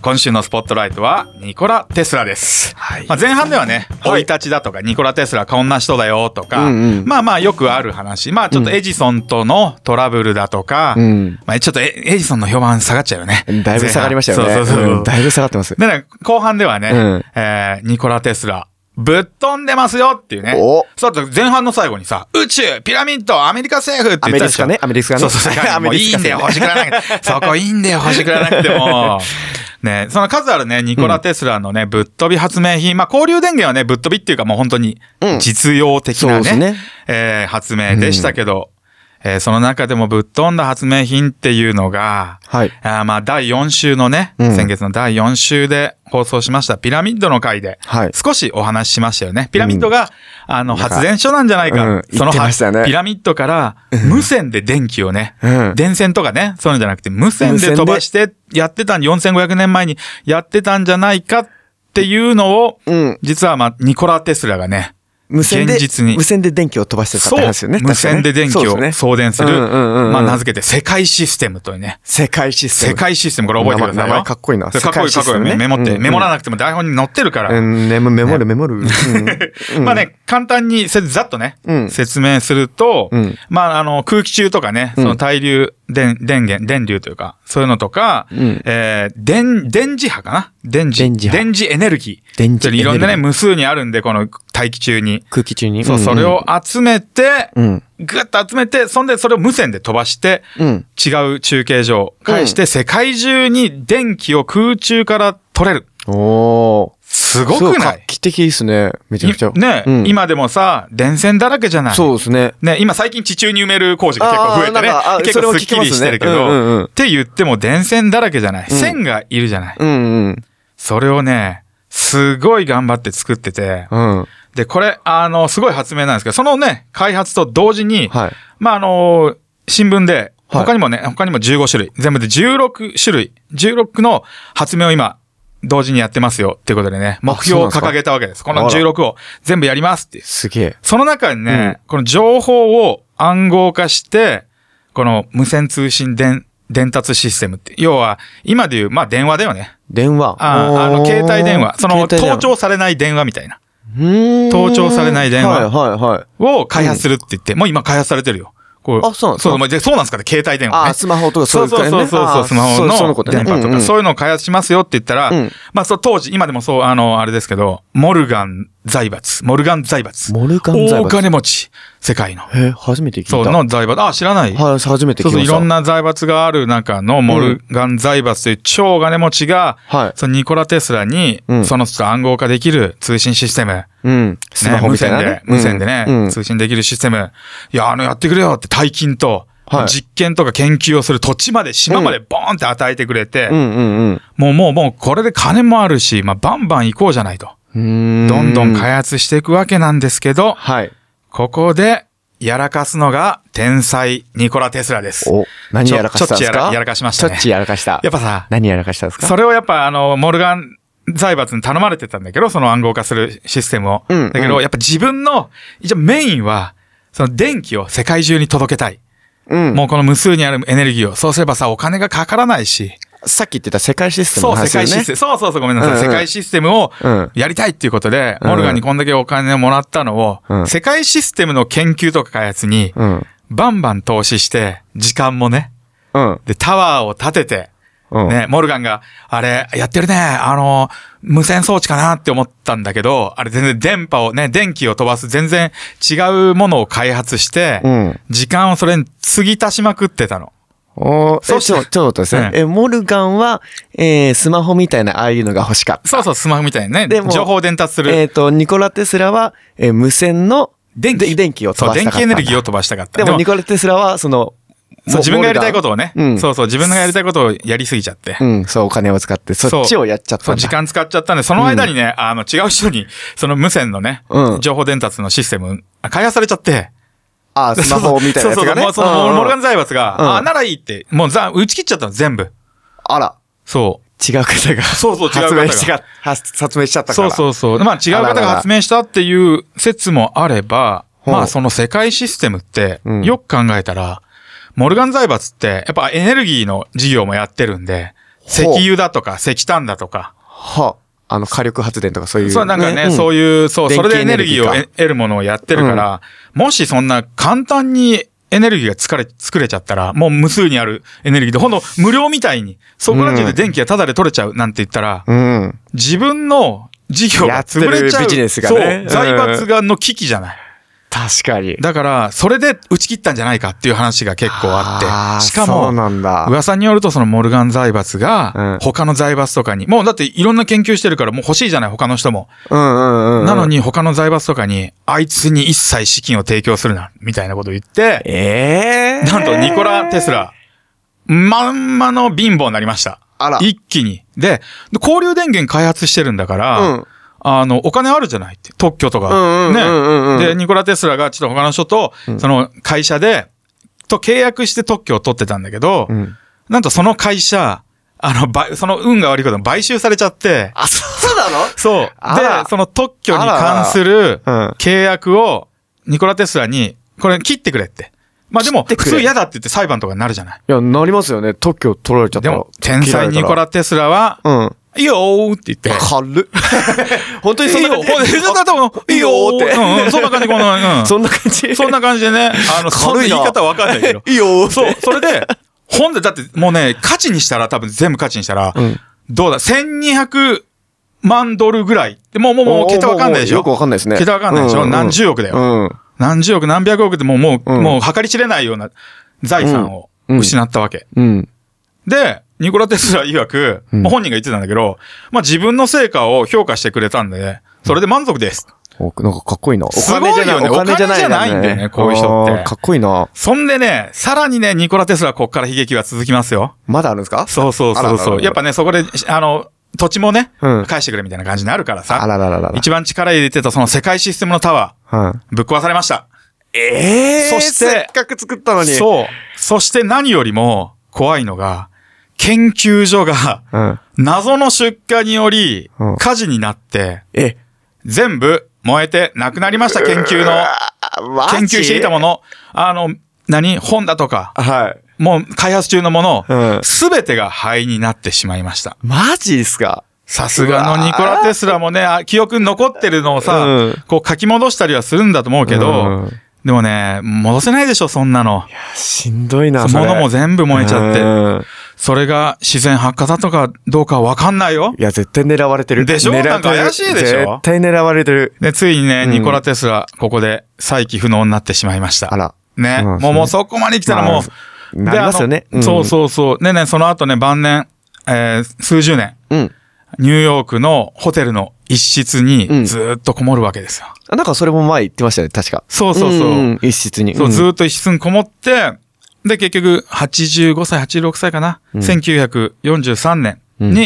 今週のスポットライトはニコラ・テスラです。
はい
まあ、前半ではね、生、
はい
い立ちだとか、ニコラ・テスラこんな人だよとか、
うんうん
まあまあよくある話、まあちょっとエジソンとのトラブルだとか、
うん
まあちょっとエエジソンの評判下がっちゃうよね。
だいぶ下がりましたよね。
前半そうそうそう。
うんだいぶ下がってます。
でね、後半ではね、
うん
えーニコラ・テスラ、ぶっ飛んでますよっていうね。
お
そうだって前半の最後にさ、宇宙、ピラミッド、アメリカ政府って言ったでしょ
アメリスカねアメリスカね
そうそうそう。
ア
も
メ
う
リ
い
ス
い
カ
んだよ、
ね
星くらなく て。そこいいんだよ、星くらなくても。ね、その数あるね、ニコラ・テスラのね、ぶっ飛び発明品。まあ、交流電源はね、ぶっ飛びっていうかもう本当に
うん
実用的な
そうです
ね
ね、
えー発明でしたけど、えーその中でもぶっ飛んだ発明品っていうのが、
はい。
あーまあ、第4週のね、
うん
先月の第4週で放送しましたピラミッドの回で、
はい
少しお話ししましたよね。ピラミッドが、あの、発電所なんじゃないか。
うん
その、
言ってましたね
ピラミッドから、無線で電気をね、
うん
電線とかね、そういうのじゃなくて、無線で飛ばしてやってたん、4500年前にやってたんじゃないかっていうのを、
うん
実はまあ、ニコラ・テスラがね、
無線で、
現実に
無線で電気を飛ばしてたって
そう、
話ですよね。
無線で電気
確か
を
ねそう
送
で
電する、
うんうんうんうん
まあ、名付けて世界システムというね、
すね。世界システム。
世界システム、これ覚えてくださいよ。
名前名前かっこいいな
それかっこいい
世
か
界
っこいい。
システムね
メメモって、
うん
メモらなくても台本に載ってるから。
うん、メモメモるメ モる。うん
まあね、簡単にせ、ざっとね、
うん
説明すると、
うん
まあ、あの、空気中とかね、その対流、電、電源、電流というか、そういうのとか、
ん
えー、電、電磁波かな電磁。
電磁波
エネルギー。
電磁
それいろん
エ
なね、
ネルギ
無数にあるんで、この大気中に。
空気中に。
そう、
ん
それ。を集めて、
うん
ぐっと集めて、そんでそれを無線で飛ばして、
うん
違う中継所を返して、世界中に電気を空中から取れる。
おー。
す
す
ごくない
画期的ですね。めちゃくちゃ。
いね、
うん
今でもさ、電線だらけじゃない。
そうですね。
ね、今最近地中に埋める工事が結構増えてね
あーなんかあ。
結
それ
構
も
ス
聞
ッキ
きますね
リしてるけど、
うんうんうん
って言っても電線だらけじゃない。線がいるじゃない。
うんうん。
それをね、すごい頑張って作ってて、
うん。
で、これ、あの、すごい発明なんですけど、そのね、開発と同時に、
はい
まあ、あの、新聞で、
はい
他にもね、他にも15種類、全部で16種類、16の発明を今、同時にやってますよっていうことでね、目標を
そうな
掲
んですか
げたわけです。この
あら
16を全部やりますっていう。
すげえ。
その中にね、この情報を暗号化して、この無線通信伝伝達システムって、要は、今でいう、まあ電話だよね。
電話。
あああの、携帯電話。その、盗聴されない電話みたいな。盗聴されない電話
はいはいはい。
を開発するって言って、もう今開発されてるよ。こ
あそうなんですか
そうもうでそうなんですかね、携帯電話、ね。
あ、スマホとか
そ
そうういう
そうそうそうそう、スマホの電波とか、そう
い
いう
う
のを開発しますよって言ったら、
うん
まあそう当時、今でもそう、あの、あれですけど、モルガン財閥、モルガン財閥。
モルガン財閥
大金持ち、世界の。
ね。うんうんえ、初めて聞いた。
そう、の財閥。あ、知らない。
はい、初めて聞
そ
いうた。
そう、いろん。な財閥がある中のモルガン財閥という超金持ちが、
はい
そのニコラ・テスラに、
うん
その人と暗号化できる通信システム、
うん。スマ
ね、
ホ
無
みたい
線
な
で
ね。、
無線でね、
うん
通信できるシステム。いや、あの、やってくれよって大金と、
はい
実験とか研究をする土地まで、島までボーンって与えてくれて、
うんうん
もうもうもうこれで金もあるし、まあ、バンバン行こうじゃないと。
うん。うー
どんどん開発していくわけなんですけど、
はい。
ここで、やらかすのが、天才、ニコラ・テスラです。
お、何やらかしたんです
ちょちょっ
か
とやらかしましたね
ちょっちやらかした。
やっぱさ、
何やらかしたんですか
それをやっぱあの、モルガン財閥に頼まれてたんだけど、その暗号化するシステムを。
うん
だけど、やっぱ自分の、一応メインは、その電気を世界中に届けたい。
うん。
もうこの無数にあるエネルギーを。そうすればさ、お金がかからないし。
さっき言ってた世界システム
そ
の
う、世
話だ
界
よね。
システム。そうそうそう、ごめんなさい。
うんうん
世界システムを
うん
やりたいっていうことで、モルガンにこんだけお金もらったのを、
うん
世界システムの研究とか開発に、
うん。
バンバン投資して、時間もね。
うん。
で、タワーを建てて、
うん。
ね、モルガンが、あれ、やってるね、あの、無線装置かなって思ったんだけど、あれ全然電波をね、電気を飛ばす全然違うものを開発して、
うん
時間をそれに継ぎ足しまくってたの。
おー
そ
え、
して
ちょ、ちょっとですね。
うん
え、モルガンは、えースマホみたいな、ああいうのが欲しかった。
そうそう、スマホみたいにね
で、も
情報を伝達す
え
る。
っ、と、ニコラ・テスラは、えー無線の
電気
で電気を飛ばしたかったん
そう、
だ。
電気エネルギーを飛ばしたかった。
でも、ニコラ・テスラは、その、
そう、
モ
自分がやりたいことをね、
モルガンうん、
そうそう、自分がやりたいことをやりすぎちゃって。
うん、そう、お金を使って、そっちをやっちゃったんだ。
そう、時間使っちゃったんで、その間にね、あの、違う人に、その無線のね、
うん
情報伝達のシステム、あ開発されちゃって、
あ あ、スマホみたいなやつがね。
そうそうそうもうその、モルガン
ン。
財閥が、
うん
あ、ならいいって、もうざ、打ち切っちゃったの、全部。
あら、
そう。
違う方が。
そうそう違う方
発
が
明しちゃった発発明しちゃったか
そ
ら。
うそううそう。まあ違う方
あらら
が
ら
発明したっていう説もあれば、
ほう
まあその世界システムって
う、ん
よく考えたら、モルガン財閥って、やっぱエネルギーの事業もやってるんで、石
ほう
油だとか石炭だとか、
はあ、あの、火力発電とかそういう。
そうなんかね、そう
いう。
いう、そう、それでエネ
電気エネ
ル
ルギ
ギー
ー
を
か
得得るものをやってるから、もしそんな簡単にエネルギーが疲れ、作れちゃったら、もう無数にあるエネルギーで、ほんと無料みたいに、そこら中で電気がタダで取れちゃうなんて言ったら、
うん。
自分の事業が潰れちゃう。
やってるビジネスがね
そう、財閥がの危機じゃない。
確かに。
だから、それで打ち切ったんじゃないかっていう話が結構あっ
あー
て、しか
そう
も、
なんだ。
噂によるとそのモルガン財閥
うん
が、他の財閥とかに、もうだっていろんな研究してるからもう欲しいじゃない、他の人も。
うんうんうん。
なの。に他の財閥とかに、あいつに一切資金を提供するな、みたいなことを言って、
ええー。
なんとニコラ・テスラ、まんまの貧乏になりました。
あら
一気に。で、で交流電源開発してるんだから、
うん
あの、お金あるじゃないって、特許と
うん
か。
うんうんうんうん
ね。で、ニコラ・テスラがちょっと他の人と、その会社で、と契約して特許を取ってたんだけど、
ん
なんとその会社、あの、ばその運が悪いことに買収されちゃって、
あ、そうなの
そう。
あら
で、その特許に関する
あららうん
契約をニコラ・テスラに、これ切ってくれって。まあでも、
切って
普
くれ
通嫌だって言って裁判とかになるじゃない。
いや、なりますよね。特許取られちゃった
で
ら。
も、天才ニコラ・テスラは、
切られたら。うん。
いいよーって言って。
軽っ。 本当に
い
そ
い
ん
よ
な、
ほんで、
感じ。
そんな多分いいよーって。うんうん、そんな感じ、この、うん。
そんな感じ。
そんな感じでね、あの、そんな
軽いな
言い方わかんないけ
。
ど
いいよ。
そう、それで、本で、だってもうね、価値にしたら、多分全部価値にしたら、どうだ、1200万ドルぐらい。でもう、もう、もう、桁わかんないでしょ。
よくわかんないですね。
桁わかんないでしょ。
うう
何十億だよ。
うん。
何十億、何百億でもう、もう、
うん
もう計り知れないような財産を
うんうん
失ったわけ。
うん。
で、ニコラ・テスラ曰く、まあ本人が言ってたんだけど、まあ自分の成果を評価してくれたんで、それで満足です。
おなんかかっこいいな。お
すごいよ
金じ
ね
ゃない。
お金じゃないんだよねこういう人って
あーかっこいいな。
そんでね、さらにね、ニコラ・テスラはこっから悲劇は続きますよ。
まだあるんですか
そうそう
あら
そ
ら
う
ら
そ
ら
う。やっぱね、そこで、あの、土地もね、
うん
返してくれみたいな感じになるからさ。
あららららら
一番力入れてたその世界システムのタワ
うん。
ー、ぶっ壊されました。
ええ
そして
せっかく作ったのに。う。
そう。そして何よりも怖いのが、研究所が、
うん。
謎の出火により
うん、
火事になって、
え、
全部燃えてなくなりました、研究の。
マ
研究していた
も
もの。あの、何本だとか、
はい。
もう開発中のも
うん
の、すべてが灰になってしまいました。
マジですか
さすがのニコラ・テスラもね、あ記憶に残ってるのをさ、
うん
こう書き戻したりはするんだと思うけど、
うん
でもね、戻せないでしょ、そんなの。
しんどいな、それ
物も全部燃えちゃって。
うん
それが自然発火だとかどうかわかんないよ。
いや、絶対狙われてる。
でしょ
狙われてる
なんか怪しいでしょ
絶対狙われてる。
で、ついにね、
うん
ニコラ・テスラ、ここで再起不能になってしまいました。
あら。
ね。
そうなんですね
もう、もうそこまで来たらもう、
まあなりますよね
であの
うん
そうそうそう。でね、その後ね、晩年、えー数十年、
うん。
ニューヨークのホテルの一室
うん
にずーっとこもるわけですよ。
あなんかそれも前言ってましたね、確か。
そうそうそう。
んん一室に。
そう、ず
っ
ーっと一室にこもって、で、結局、85歳、86歳かな。1943年に、
うん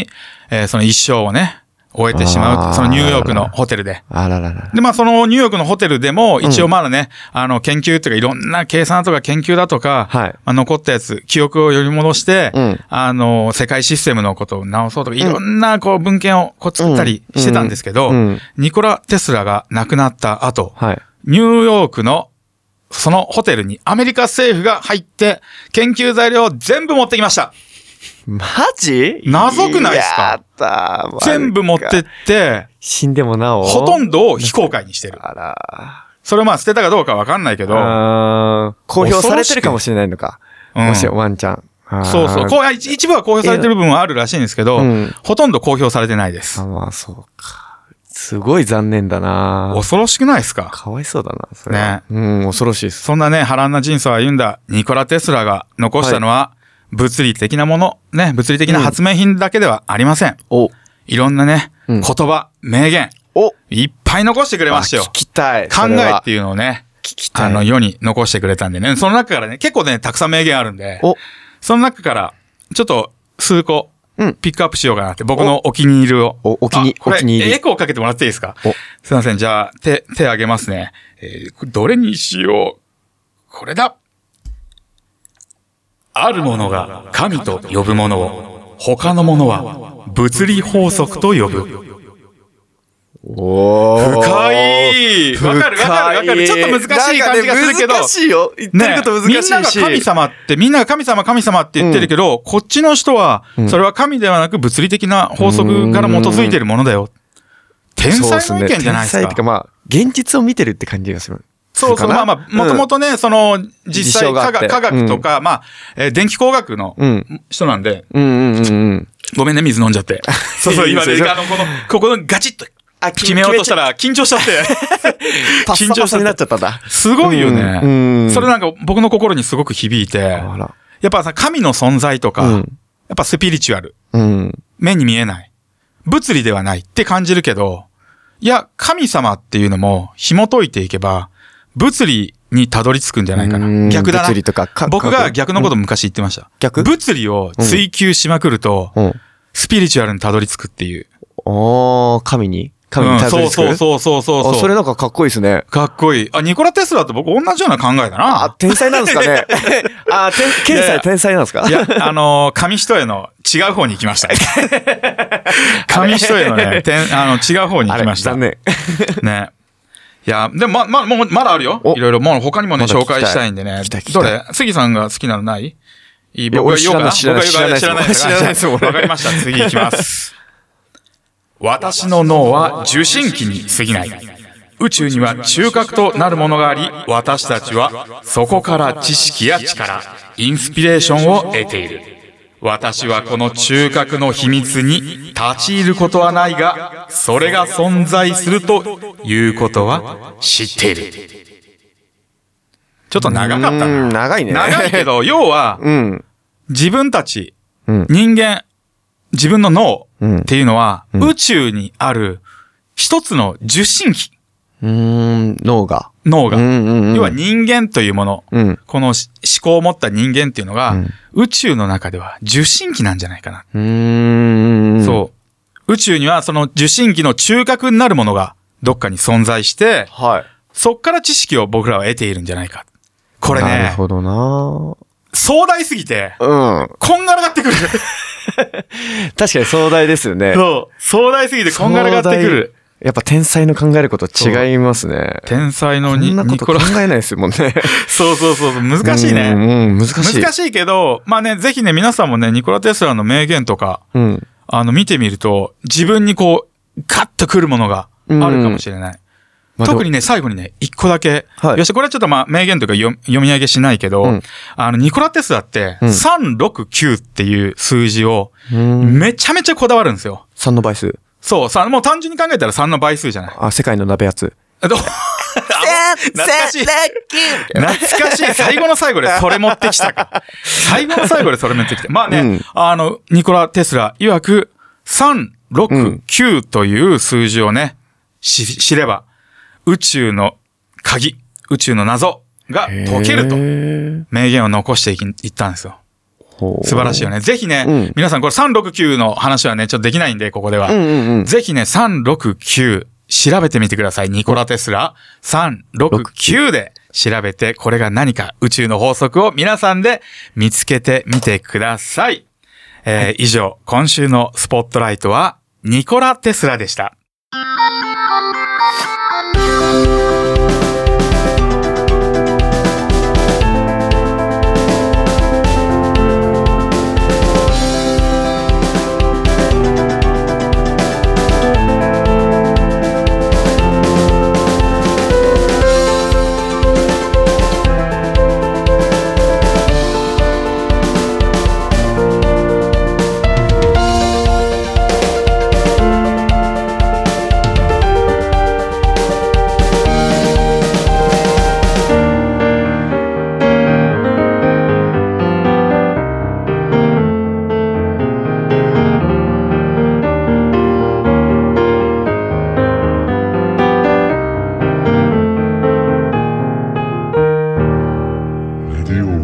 えーその一生をね、終えてしまう
あ
っ
ー
て。そのニューヨークのホテルで。
あららら。
で、まあ、そのニューヨークのホテルでも、一応まだね、あの、研究というか、いろんな計算だとか研究だとか、
はい
まあ、残ったやつ、記憶を呼び戻して、
うん
あの、世界システムのことを直そうとか、いろんな、こう、文献をこう作ったりしてたんですけど、
うんうん
ニコラ・テスラが亡くなった後、
はい。
ニューヨークのそのホテルにアメリカ政府が入って研究材料を全部持ってきました。
マジ
謎くないっすか
やったー
全部持ってっ。て、
死んでもなお。
ほとんどを非公開にしてる。
あら
それをまあ捨てたかどうかわかんないけ
ー。う
ど、
ーん。公表されてるかもしれないのか。
うん
もしワンちゃん。あー
そうそう。こう一一部は公表されてる部分はあるらしいんですけど、
うん
ほとんど公表されてないです
あ。まあ、そうか。すごい残念だな
恐ろしくないですか
かわいそうだな、それは
ね。
うん、恐ろしいです。
そんなね、波乱な人生を歩んだニコラ・テスラが残したのは、物理的なもの、ね、物理的な発明品だけではありません。
お、
いろんなね、
うん
言葉、名言、
お、
いっぱい残してくれましたよ。
聞きたい。
考
それ
えっ
は
ていうのをね、
聞きた
あ
い。
の、世に残してくれたんでね、その中からね、結構ね、たくさん名言あるんで、
お、
その中から、ちょっと数個
うん、
ピックアップしようかなって、僕のお気に入りを。
おお気に
あこれ
お気に入り
エコーかけてもらっていいですか
お
すいません、じゃあ、手、手あげますね。えーこれどれにしよう。これだあるものが神と呼ぶものを、他のものは物理法則と呼ぶ。
お
深
ー
いわかるわかるわかる。ちょっと難しい感じがするけど。
なんかね難しいよ。言ってること難しいし。
みんなが神様って、みんなが神様神様って言ってるけど、こっちの人は、それは神ではなく物理的な法則から基づいてるものだよ。天
そうっ
才
す
の
ね
意見じゃないです
天才っ
か
て。かまあ、現実を見てるって感じがする。
そうそう。
か
まあ
な
まあ、もともとね、その、実
事
際
象があ
科
って
学科学とか、まあ、えー電気工学の
うん。うん。
人なんで、
うんうんうんうん。
ごめんね、水飲んじゃって。そうそう、
いい
今
ですよ
ね、あの、この、ここのガチッと、
あ、
決めようとしたら緊張しちゃって。
パッサパサになっちゃったんだ。
すごいよね、
うんうん
それなんか僕の心にすごく響いて、
あ
や
ら。
っぱさ、神の存在とか、
うん
やっぱスピリチュアル。
うん。
目に見えない。物理ではないって感じるけど、いや、神様っていうのも紐解いていけば、物理にたどり着くんじゃないか
うん
な。逆だな。
物理とかか
僕
科
が
学
逆のこと昔言ってました。
逆
物理を追求しまくると、
うん。
スピリチュアルにたどり着くっていう。
おー、神に神に
うんそう
う
そうそうそうそうそう。
それなんかかっこいいですね。
かっこいい。あ、ニコラ・テスラと僕同じような考えだ
あ、
な。
天才なんですかね あ、天、天才、天才なんですか
いや、あのー紙一重の違う方に行きました。紙一重の ね、てんあの、違う方に行
あ
き
れ、
ました。
残念。
ね。いや、でもま、ま、もう、まだあるよ。
お
いろいろ、もう他にもね、
まだ聞
紹
きたい
介したいんでね
聞きたい聞。きた
ど
い
れ杉さんが好きなのないいい、
俺
言おうか
知らない
僕が言おうか
知らない
知らない
知らないです
わかりました。次行きます。私の脳は受信機に過ぎない。宇宙には中核となるものがあり、私たちはそこから知識や力、インスピレーションを得ている。私はこの中核の秘密に立ち入ることはないが、それが存在するということは知っている。ちょっと長かった
うーん
な。
長いね。
長いけ ど、要は、
うん。
自分たち、
うん
人間、自分の脳
うん
っていうのは、宇宙にある一つの受信機、
うーん、脳が。
脳が。
うんうんうん
要は人間というもの、
うん。
この思考を持った人間っていうのが、
うん
宇宙の中では受信機なんじゃないかな。
うーん。
そう。宇宙にはその受信機の中核になるものがどっかに存在して、
はい。
そっから知識を僕らは得ているんじゃないか。これ
なる
ね、
ほどな
壮大すぎて、
うん。
こんがらがって くる。
確かに壮大ですよね。
そう。壮大すぎてこんがらがってくる。
壮大。やっぱ天才の考えること違いますね。
天才
こ
のに
んなこ
ニ
と
コ
考
ラ。
えないですもんね。
そうそうそうそう、 難しい
うん
ね。、
うん難しい。
難しいけど、まあね、ぜひね、皆さんもね、ニコラ・テスラの名言とか、
うん。
あの、見てみると、自分にこう、ガッとくるものがあるかもしれない。
まあ
特にね、最後にね、一個だけ。
はい
よし、これはちょっとまあ、名言というか読読み上げしないけど、
うん
あの、ニコラ・テスラって、
うん
369っていう数字を、
でもうん。
めちゃめちゃこだわるんですよ。
3の倍数。
そう、さ、もう単純に考えたら3の倍数じゃない。
あ、世界の鍋やつ。
ど懐かしい。懐かしい。最後の最後でそれ持ってきたか。最後の最後でそれ持ってきて。まあね、
うん
あの、ニコラ・テスラ曰く、3、6、9という数字をね、し知れば、宇宙の鍵、宇宙の謎が解けると、
と。
名言を残していきいったんですよ。素晴らしいよ
ね。
ね。ぜひね、
うん
皆さんこれ369の話はね、ちょっとできないんで、ここでは。
うんうんうん。
ぜひね、369調べてみてください。ニコラ・テスラ369で調べて、これが何か宇宙の法則を皆さんで見つけてみてください。えー以上、今週のスポットライトはニコラ・テスラでした。
Radio.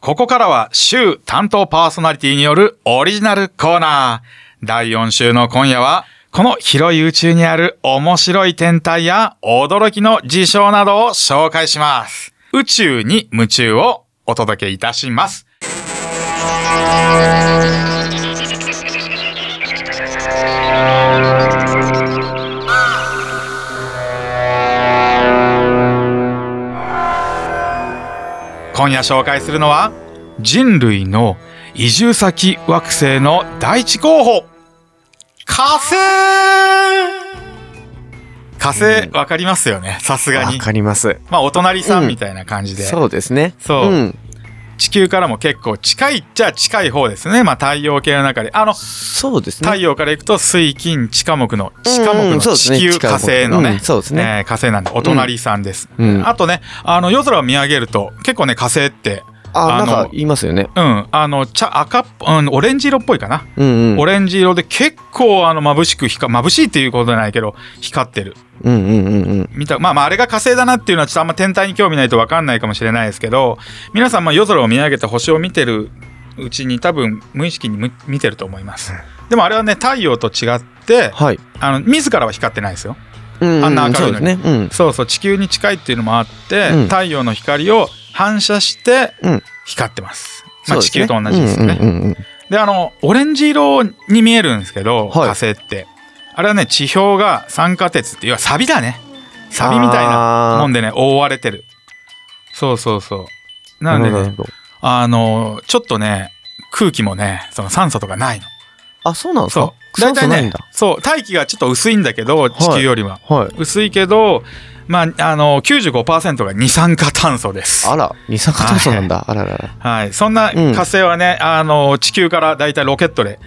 ここからは週担当パーソナリティによるオリジナルコーナー。第4週の今夜は、この広い宇宙にある面白い天体や驚きの事象などを紹介します。宇宙に夢中をお届けいたします。今夜紹介するのは人類の移住先惑星の第一候補火星火星わかりますよねさすが
わ
に
かります。
まあお隣さんみたいな感じで、
そうですね。。
そうん地球からも結構近いっちゃ近い方ですね。まあ太陽系の中で。あの、
そうです
太
ね。
陽から行くと水金地下木の地下木の
そうで
地
すね
球
地下
火
木
星の
う
ね
んそうですね
えー火星なんでお隣さんです、
うん
あとねあの夜空を見上げると結構ね火星って
あ、
あ
な
の
んか言いますよね。
うんあの茶赤っぽうんオレンジ色っぽいかな、
うんうん。
オレンジ色で結構あの眩しく光眩しいっていうことじゃないけど光ってる
うんうんうんうん。
見たまあまああれが火星だなっていうのはちょっとあんま天体に興味ないと分かんないかもしれないですけど皆さんまあ夜空を見上げて星を見てるうちに多分無意識にむ見てると思いますでもあれはね太陽と違って
はい。
あの自らは光ってないですよ
うんうん
あんな明るい
そうですね。うん。
そうそう地球に近いっていうのもあって、
うん
太陽の光を反射して
うん
光ってます、
そ
まあ、
うで
地
すね
球と同じですよね、
うんうんうんうん
であのオレンジ色に見えるんですけど、
は
火
い
星ってあれはね地表が酸化鉄っていうサビだねサビみたいなもんでね覆われてるそうそうそうなので
なる
ね
ほど
あのちょっとね空気もねその酸素とかないの
あ、そうなんです
そう
か
大体
酸素ないん
ね
だ
そう大気がちょっと薄いんだけど地球よりは、
はい。
薄いけど、まあ、あの95%が二酸化炭素です。
あら、二酸化炭素なんだ。あららら。
はい、そんな
うん
火星はね、あの地球からだいたいロケットで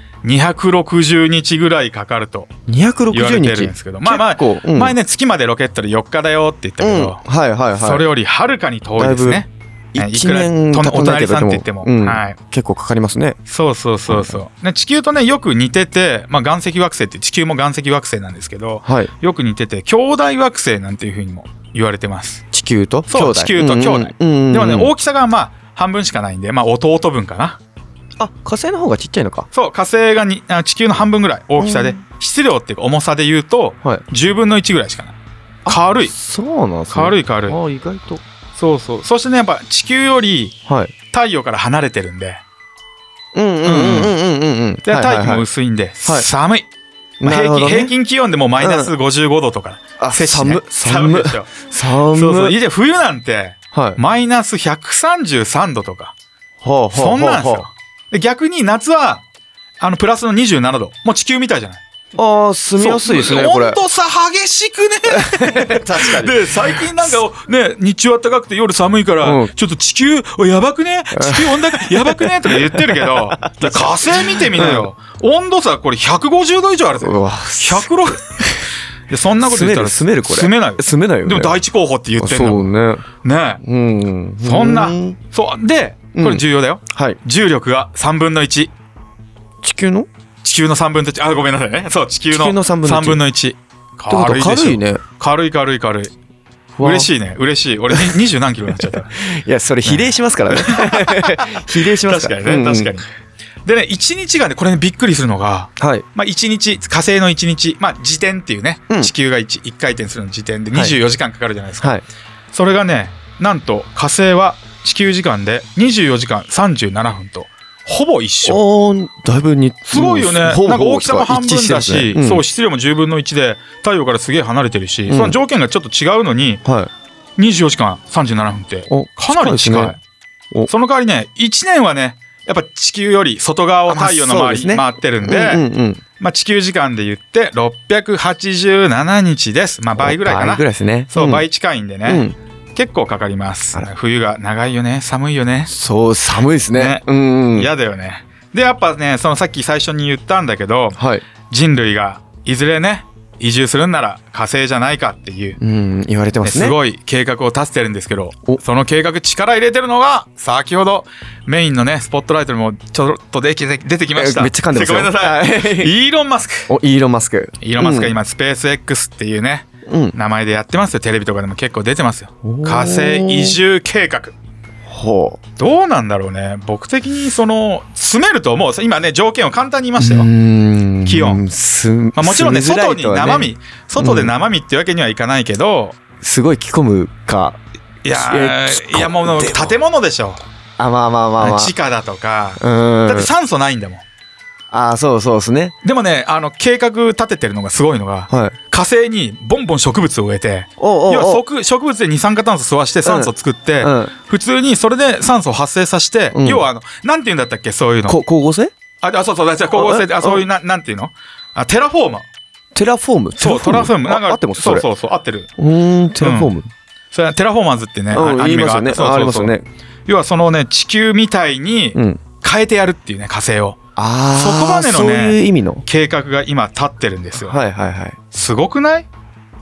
260日ぐらいかかると言われ
260
てるん
日
で。すけど、まあまあ、
結構うん
前ね月までロケットで4日だよって言った
う
け
ん。
ど、
はいはいはい。
それよりはるかに遠いですね。
だい
ね
ぶ
いくら
一年
と
経た
お
ない
隣
けど
さんって言って
で
も、
もうん
はい、
結構かかりますね。
そうそうそうそう、ね、地球とねよく似てて、まあ、岩石惑星って地球も岩石惑星なんですけど、
はい。
よく似てて兄弟惑星なんていうふうにも言われてます。
地球と兄
そう
弟。
地球と兄弟
うんうんうんうん
でもね、大きさがまあ半分しかないんで、まあ、弟分かな
あ、火星の方がちっちゃいのか。
そう火星がにあ地球の半分ぐらい大きさで、質量っていうか重さで言うと
はい。
10分の1ぐらいしかない軽い
そうなんですね。
軽い軽い
あ、意外と。
そうそうそしてねやっぱ地球より
はい。
太陽から離れてるんで
うんうんうんうんうんうん。
で
はいはい
大
はい
気も薄いんで、
い
寒い、まあ
なる
平
ほ
均
どね
平均気温でもマイナス55度とか、
あ
摂氏ね
寒寒
でしょ
寒
そうそう
い。
いや冬なんて
はい。
マイナス133度とか
ほう
そ
ほうほうん
なんですよ。で逆に夏は、あの、プラスの27度。もう地球みたいじゃない。
ああ、住みやすいですね、こ
本
れ。
当さ、激しくね。
確かに。
で、最近なんか、ね、日中暖かくて夜寒いから、
うん
ちょっと地球、おやばくね地球温暖化、やばくねとか言ってるけ ど、火星見てみなよ。温度差、これ150度以上あるぜ。
うわ、
106。いや、そんなこと
住
言っ
め
たら、
る、住める、これ。
住めない。
住めないよね。
でも第一候補って言ってん
そ
の。
うね。
ねえ
うん。
そんな
う。
そう。で、これ重要だよ。
はい。
重力が3分の1。
地球のって
地球の3分の1あごめんなさいねそう地球の
地球の3分の1
一
こと
軽いでしょ
軽いね。
軽い軽い軽い嬉しいね嬉しい俺に20何キロになっちゃった
い。いや、それ比例しま すからね。比例します
確
か
からにね確かに
に。
でね1日がねこれねびっくりするのが
はい。
まあ1日火星の1日まあ自転っていうね
うん
地球が 1, 一回転するの自転で
はい
24時間かかるじゃないですか、
はい。
それがねなんと火星は地球時間で24時間37分とほぼ一緒
おー、だいぶに、
すごいよね。なん
ほぼ
か大きさも半分だ
一致て
し
るん、です
そ
ね
う、質量も10分の1で、太陽からすげえ離れてるし、
ん
その条件がちょっと違うのに、
うんはい。
24時間37分って
お、
かなり近い。
近いですねお
その代わりね、1年はね、やっぱ地球より外側を太陽の
あまあ
周り
そうですね
回ってるんで、
うんうんうん。
まあ地球時間で言って687日です。まあ倍ぐらいかな
倍ぐ。らいですね。
そう、
ん
倍近いんで
う
ね
ん。
結構かかります
あら。
冬が長いよね、寒いよね。
そう、寒いですね
ね。
うんうん。
嫌だよね。で、やっぱね、そのさっき最初に言ったんだけど、
はい。
人類がいずれね移住するんなら火星じゃないかっていう、ね
うん、言われてますすね。
ごい計画を立ててるんですけど
お
その計画力入れてるのが先ほどメインのねスポットライトにもちょろっとできて出てきました
えめっちゃ噛んでますよ
ごめんなさいイーロン・マスク
お、イーロン・マスク。
イーロン・マスクが
今。
今スペース X っていうね
うん。
名前でやってますよテレビとかでも結構出てますよ
ー
火星移住計画
ほう。
どうなんだろうね僕的にその詰めると思う今ね条件を簡単に言いましたよ、
ん
気温
す、
まあ、もちろんね
住みづら
外
い
に
とはね
生身、外で生身ってわけにはいかないけど、
すごい着込むか。
いや
え
ーいやもう
でも
建物でしょ、
あ、まあまあまあま
地下だとか、だ
あ。
っ
う
て
ん。
酸素ないんだもん
あ、そうそうですね。
でもねあの計画立ててるのがすごいのが、
はい。
火星にボンボン植物を植えて
おう
要
おう
は
おう。
植植物で二酸化炭素吸わして酸素作って、
うん。
普通にそれで酸素を発生させて、
うん
要はあのなんて言うんだったっけそういうの
こ、光合成
ああそうそうだから光合成であ
あ
そういうななんていうのあテラフォーム
テラフォーム
そうトラフォームなんか
あ合ってます
そう
う。
そうそう合ってる
うーん、テラフォーム。
それはテラフォーマーズってね、
うん、
ア
言
ニ
い
メ
ます
があっ
よ
て
ね。
そう
ああり
そう
ます
そう
よね。
要はそのね、地球みたいに
うん。
変えてやるっていうね、火星を。
ああ、
そこ
そ
ま
う
でのね
いう意味の。
計画が今立ってるんですよ。
はいはいはい。
すごくない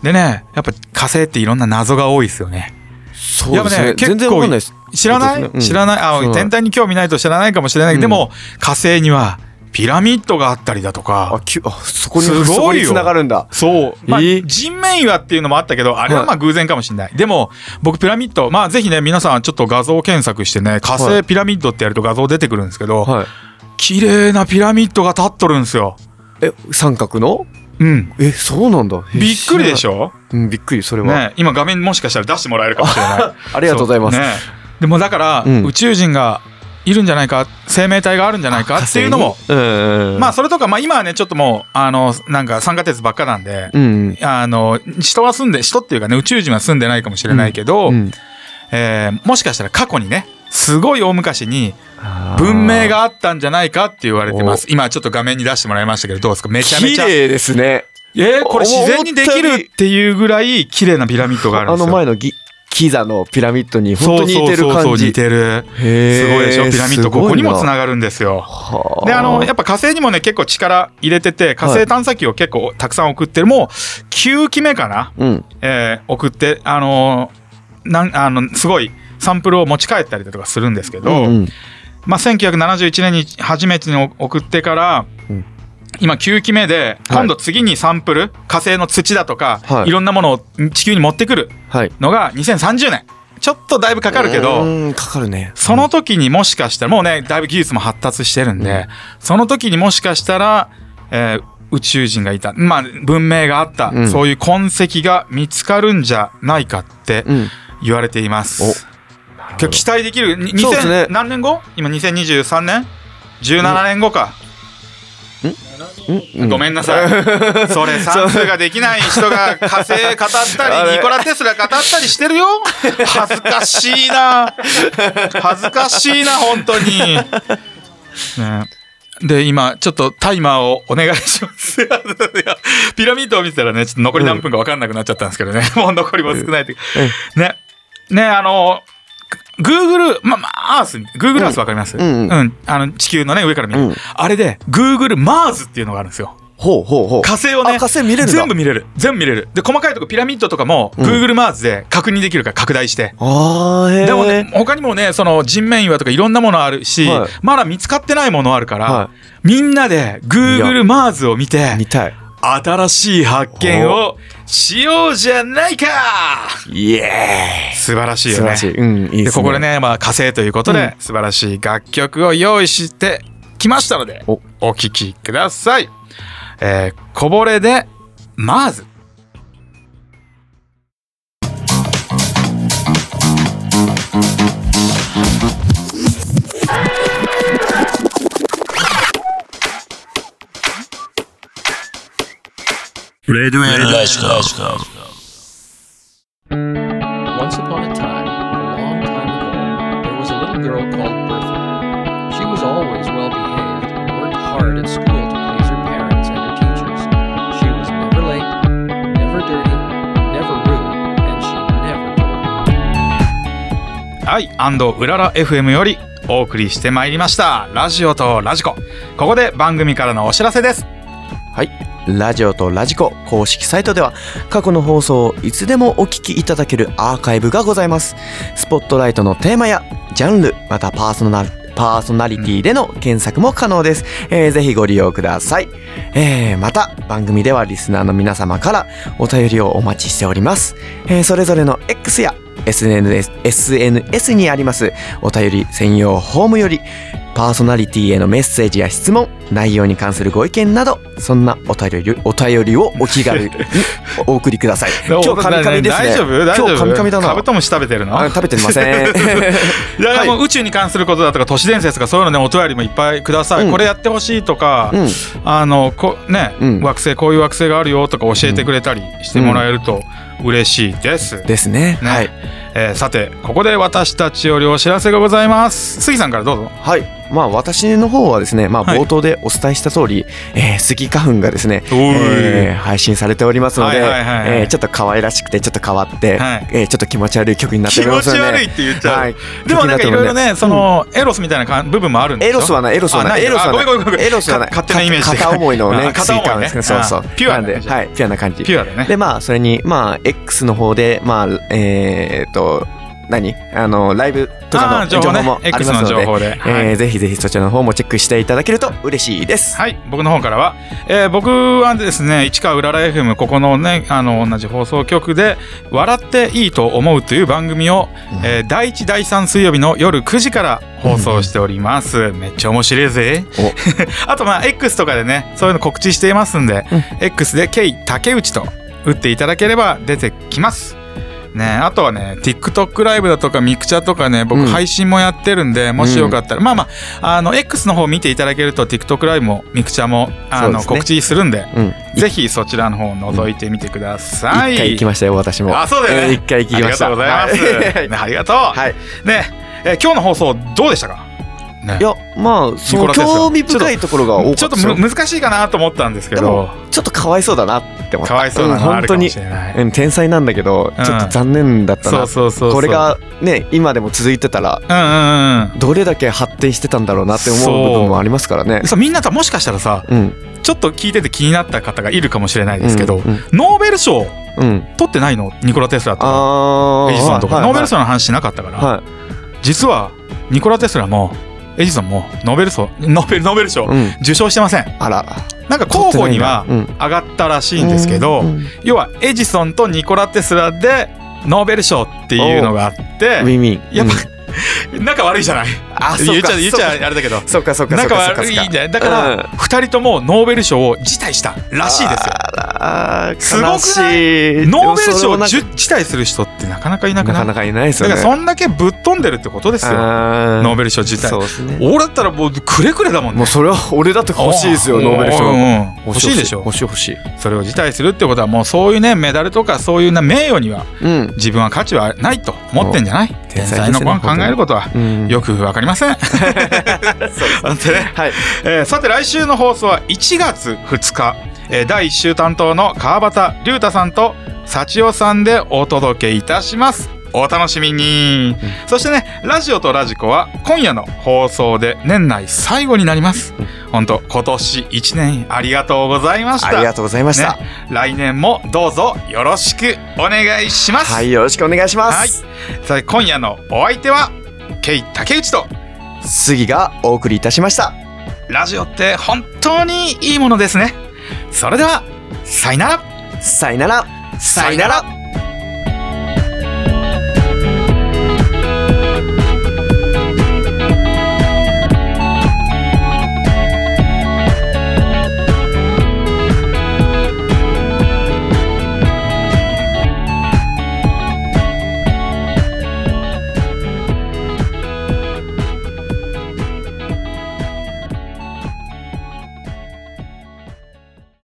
でね、やっぱ火星っていろんな謎が多いですよね。
そ
やっぱね結構
全然わかんないです。
知らな
そうで
い、
すねうん
知らないあ
そう
天体に興味ないと知らないかもしれないけど、
うん
でも火星にはピラミッドがあったりだと
あ
か、
きゅあそこに
すごいよ
そこに繋がるんだ。
そう、まあ
えー
人面岩っていうのもあったけどあれはま
は
あ偶然かもしれない、でも僕ピラミッドまあぜひね皆さんちょっと画像検索してね火
は
星
い
ピラミッドってやると画像出てくるんですけど、
はい。
綺麗なピラミッドが立っとるんですよ
え三角の？
うん
えそうなんだ。え
びっくりでし
ょ。
ょ
うんびっくりそれは。
ね今画面もしかしたら出してもらえるかもしれないあ
ありがとうございます。
ね、でもだから、
うん
宇宙人がいるんじゃないか生命体があるんじゃないかっていうのも
うんうんうん。
まあそれとか、まあ今はね、ちょっともう、あの、なんか酸化鉄ばっかなんで、
うん
あの、人は住んで、人っていうかね、宇宙人は住んでないかもしれないけど、
うん。
えーもしかしたら過去にね、すごい大昔に文明があったんじゃないかって言われてます。今ちょっと画面に出してもらいましたけど、どうですかめちゃめ
綺
ちゃ。
麗ですね。
えーこれ自然にできるっていうぐらい綺麗なピラミッドがあるん
あ
ですよ。
の前のギギザのピラミッドに本当に似て
そうそ
る
うそう
感
そう
じ。
似てる。
へ
す
ー
ごいでしょピラミッドここにもつな
す
がるんですよ。
ごいな
であのや
は
っぱ火星にもね結構力入れてて火星探査機を結構たくさん送ってる、もう9機目かな、
あうん。
えー送ってあのーなんあのすごいサンプルを持ち帰ったりだとかするんですけど、
うん
まあ、1971年に初めてに送ってから、
うん
今9機目で
はい
今度次にサンプル、火星の土だとか、
はい
い、ろんなものを地球に持ってくる
はい。
のが2030年ちょっとだいぶかかるけど。
うんかかるね。
その時にもしかしたら、もうね、だいぶ技術も発達してるんで、その時にもしかしたら、えー宇宙人がいた、まあ、文明があった、
うん
そういう痕跡が見つかるんじゃないかって
うん。
言われています。
ど
期待できる、に
そうですね
2000何年後今2023年 ?17 年後か。
うん
ごめんな さい。それ算数ができない人が火星語ったり、ニコラテスラ語ったりしてるよ。恥ずかしいな。恥ずかしいな、本当に。ねで、今、ちょっとタイマーをお願いし ます。いやピラミッドを見てたらね、ちょっと残り何分か分かんなくなっちゃったんですけどね。もう残りも少ないというね。ね、あの、Google、ま、まあ、アース、Google アースわかります、
うんうん
あの、地球のね、上から見る。
うん
あれで、Google マーズっていうのがあるんですよ。
ほうほうほう。
火星をね
あ火星見れるんだ
全部見れる全部見れるで細かいとこピラミッドとかも
ん
Google マーズで確認できるから拡大して、
ああ、へえ。
でもね、他にもねその人面岩とかいろんなものあるし、
はい
まだ見つかってないものあるから、
は
みんなで Google マーズを見て
見たい。
新しい発見をしようじゃないか
イエ
素晴らし
ー
い
イ。
よ
素晴
ね
らしい。うん、いいですね。
でここで。ね、まあ、火星ということで、素晴らしい楽曲を用意してきましたので
お
お聴きください、えーこぼれでマーズ
レデュエラジオ
Once upon a time, a long time ago, there was a little girl called Bertha. She was always well behaved and worked hard at school to please her parents and her teachers. She was never late, never dirty, never rude, and she never told.
はい、アンドうらら FM よりお送りしてまいりました。ラジオとラジコ。ここで番組からのお知らせです。
ラジオとラジコ公式サイトでは過去の放送をいつでもお聞きいただけるアーカイブがございます。スポットライトのテーマやジャンル、またパーソナル、パーソナリティでの検索も可能です。えーぜひご利用ください。えーまた番組ではリスナーの皆様からお便りをお待ちしております。えーそれぞれの X や SNS, SNS にありますお便り専用ホームよりパーソナリティへのメッセージや質問内容に関するご意見などそんなお便りお便りをお気軽にお送りください 今日カミカミですね
大丈夫大丈夫
今日カミカミだ
カブト
な
ムシ食べてるの
あ食べて ません
いや、
はい
もう宇宙に関することだとか都市伝説とかそういうのねお便りもいっぱいください、
うん
これやってほしいとか、
うん
あのこね、
うん
惑星こういう惑星があるよとか教えてくれたりしてもらえると嬉しいです、
ですね
ね
はい
えーさてここで私たちよりお知らせがございます杉さんからどうぞ
はいまあ私の方はですね、まあ
はい
冒頭でお伝えした通り、えースギ花粉がですね、
おー
えー配信されておりますので、
はいはいはいはい
えーちょっと可愛らしくてちょっと変わって、
はい
えーちょっと気持ち悪い曲になってお
気
りま
持
す
ち
よね。
悪いって言っちゃう。
はい
でもなんかいろいろね、そ、
曲になっております
のエロスみたいなかん部分もあるん
うん
で
エ
しょ
ロスはないエロスはない
あ
エロスは
あごめんごめんごめん
エロスはない
勝手なイメージで
片思いの ね
あ片思いね
スイカですねそうそ
あ
う
ピュアな
なんで
感じだ
はいピュアな感じ
ピュアだ ね。
でまあそれにまあ X の方でまあえーっと何あのライブと
あ
か
ー
の
情
情
報ね
報もあります
X の
ので
情報ではい
えーぜひぜひそちらの方もチェックしていただけると嬉しいです
はい、僕の方からは、えー僕はですね、市川うらら FM、ここのね、あの、同じ放送局で、笑っていいと思うという番組を、えー第1、第3水曜日の夜9時から放送しております。めっちゃ面白いぜ。 あと、まあ、X とかでね、そういうの告知していますんで、X で K 竹内と打っていただければ出てきます。ね、あとはね TikTok ライブだとかミクチャとかね僕
うん
配信もやってるんで、もしよかったら、まあまああの X の方見ていただけると TikTok ライブもミクチャもあ
そうで
の、
すね
告知するんで、
うん
ぜひそちらの方を覗いてみてください。
一回行きましたよ私も
あそうだよね
えー一回行きました
ありがとうご ざいます。
はい
ねありがとう。
はい
ね、えー今日の放送どうでしたか。ね
いやまあそ
ニコ
の
ラスですよ
興味深いところが多かっ
ちょ
た
っ
で
と
すよ
む難しいかなと思ったんですけ
で
ど
も、ちょっとかわいそうだなって思った
かわいそうなの
ん
はあ
本
る
当
かも
に
しれない。
うん天才なんだけど
うん
ちょっと残念だった
そ
な
うそうそうそう。
これがね今でも続いてたら
うんうんうん。
どれだけ発展してたんだろうなって思う部分もありますからね
さみんなさもしかしたらさ
うん
ちょっと聞いてて気になった方がいるかもしれないですけど、
うんうん
ノーベル賞
うん
取ってないのニコラ・テスラとか
あー
エジソンとか、
はい
ノーベル賞の話しなかったから、
はい
実はニコラ・テスラもエジソンもノーベル賞ノーベルノーベル賞、
うん
受賞してません
あら
なんか候補には
取ってないんだ
上がったらしいんですけど、
うん
要はエジソンとニコラ・テスラでノーベル賞っていうのがあっ
ウィ
て
ンウィン
やっぱ
うん
仲悪いじゃない
あそ
言
う
っ
か
ちゃ言っちゃあれだけど
そうかそうかそ
仲
うかそうか
悪いんじゃないだか
うん
ら2人ともノーベル賞を辞退したらしいですよ
あら
すごくない
悲しい
ノーベル賞
で
を
もそ
じ
れ
ゅ
も
辞退する人ってなかなかいな
な
くない
なかなかいないです
だ
よ
か
ね
らそんだけぶっ飛んでるってことですよノー
ノ
ベル賞自体
そうですね
俺だったらもうくれくれだもん
も
ね
うそれは俺だって欲しいですよノーベル賞
うんうん欲しいでしょ
欲しい欲しい
それを辞退するってことはもうそういうねメダルとかそういうね名誉には
うん
自分は価値はないと思ってんじゃない天
天
才
才
の
ですね
子が考えることは
うん
よくわかりませ んなんてね
はい
えーさて来週の放送は1月2日、えー第1週担当の川端龍太さんと幸代さんでお届けいたしますお楽しみに、そしてねラジオとラジコは今夜の放送で年内最後になります、本当今年1年ありがとうございました
ありがとうございました
ね来年もどうぞよろしくお願いします
はいよろしくお願いしま
はい
す
さあ今夜のお相手はケイ竹内と
杉がお送りいたしました
ラジオって本当にいいものですね。それでは、さよなら
さよなら
さよなら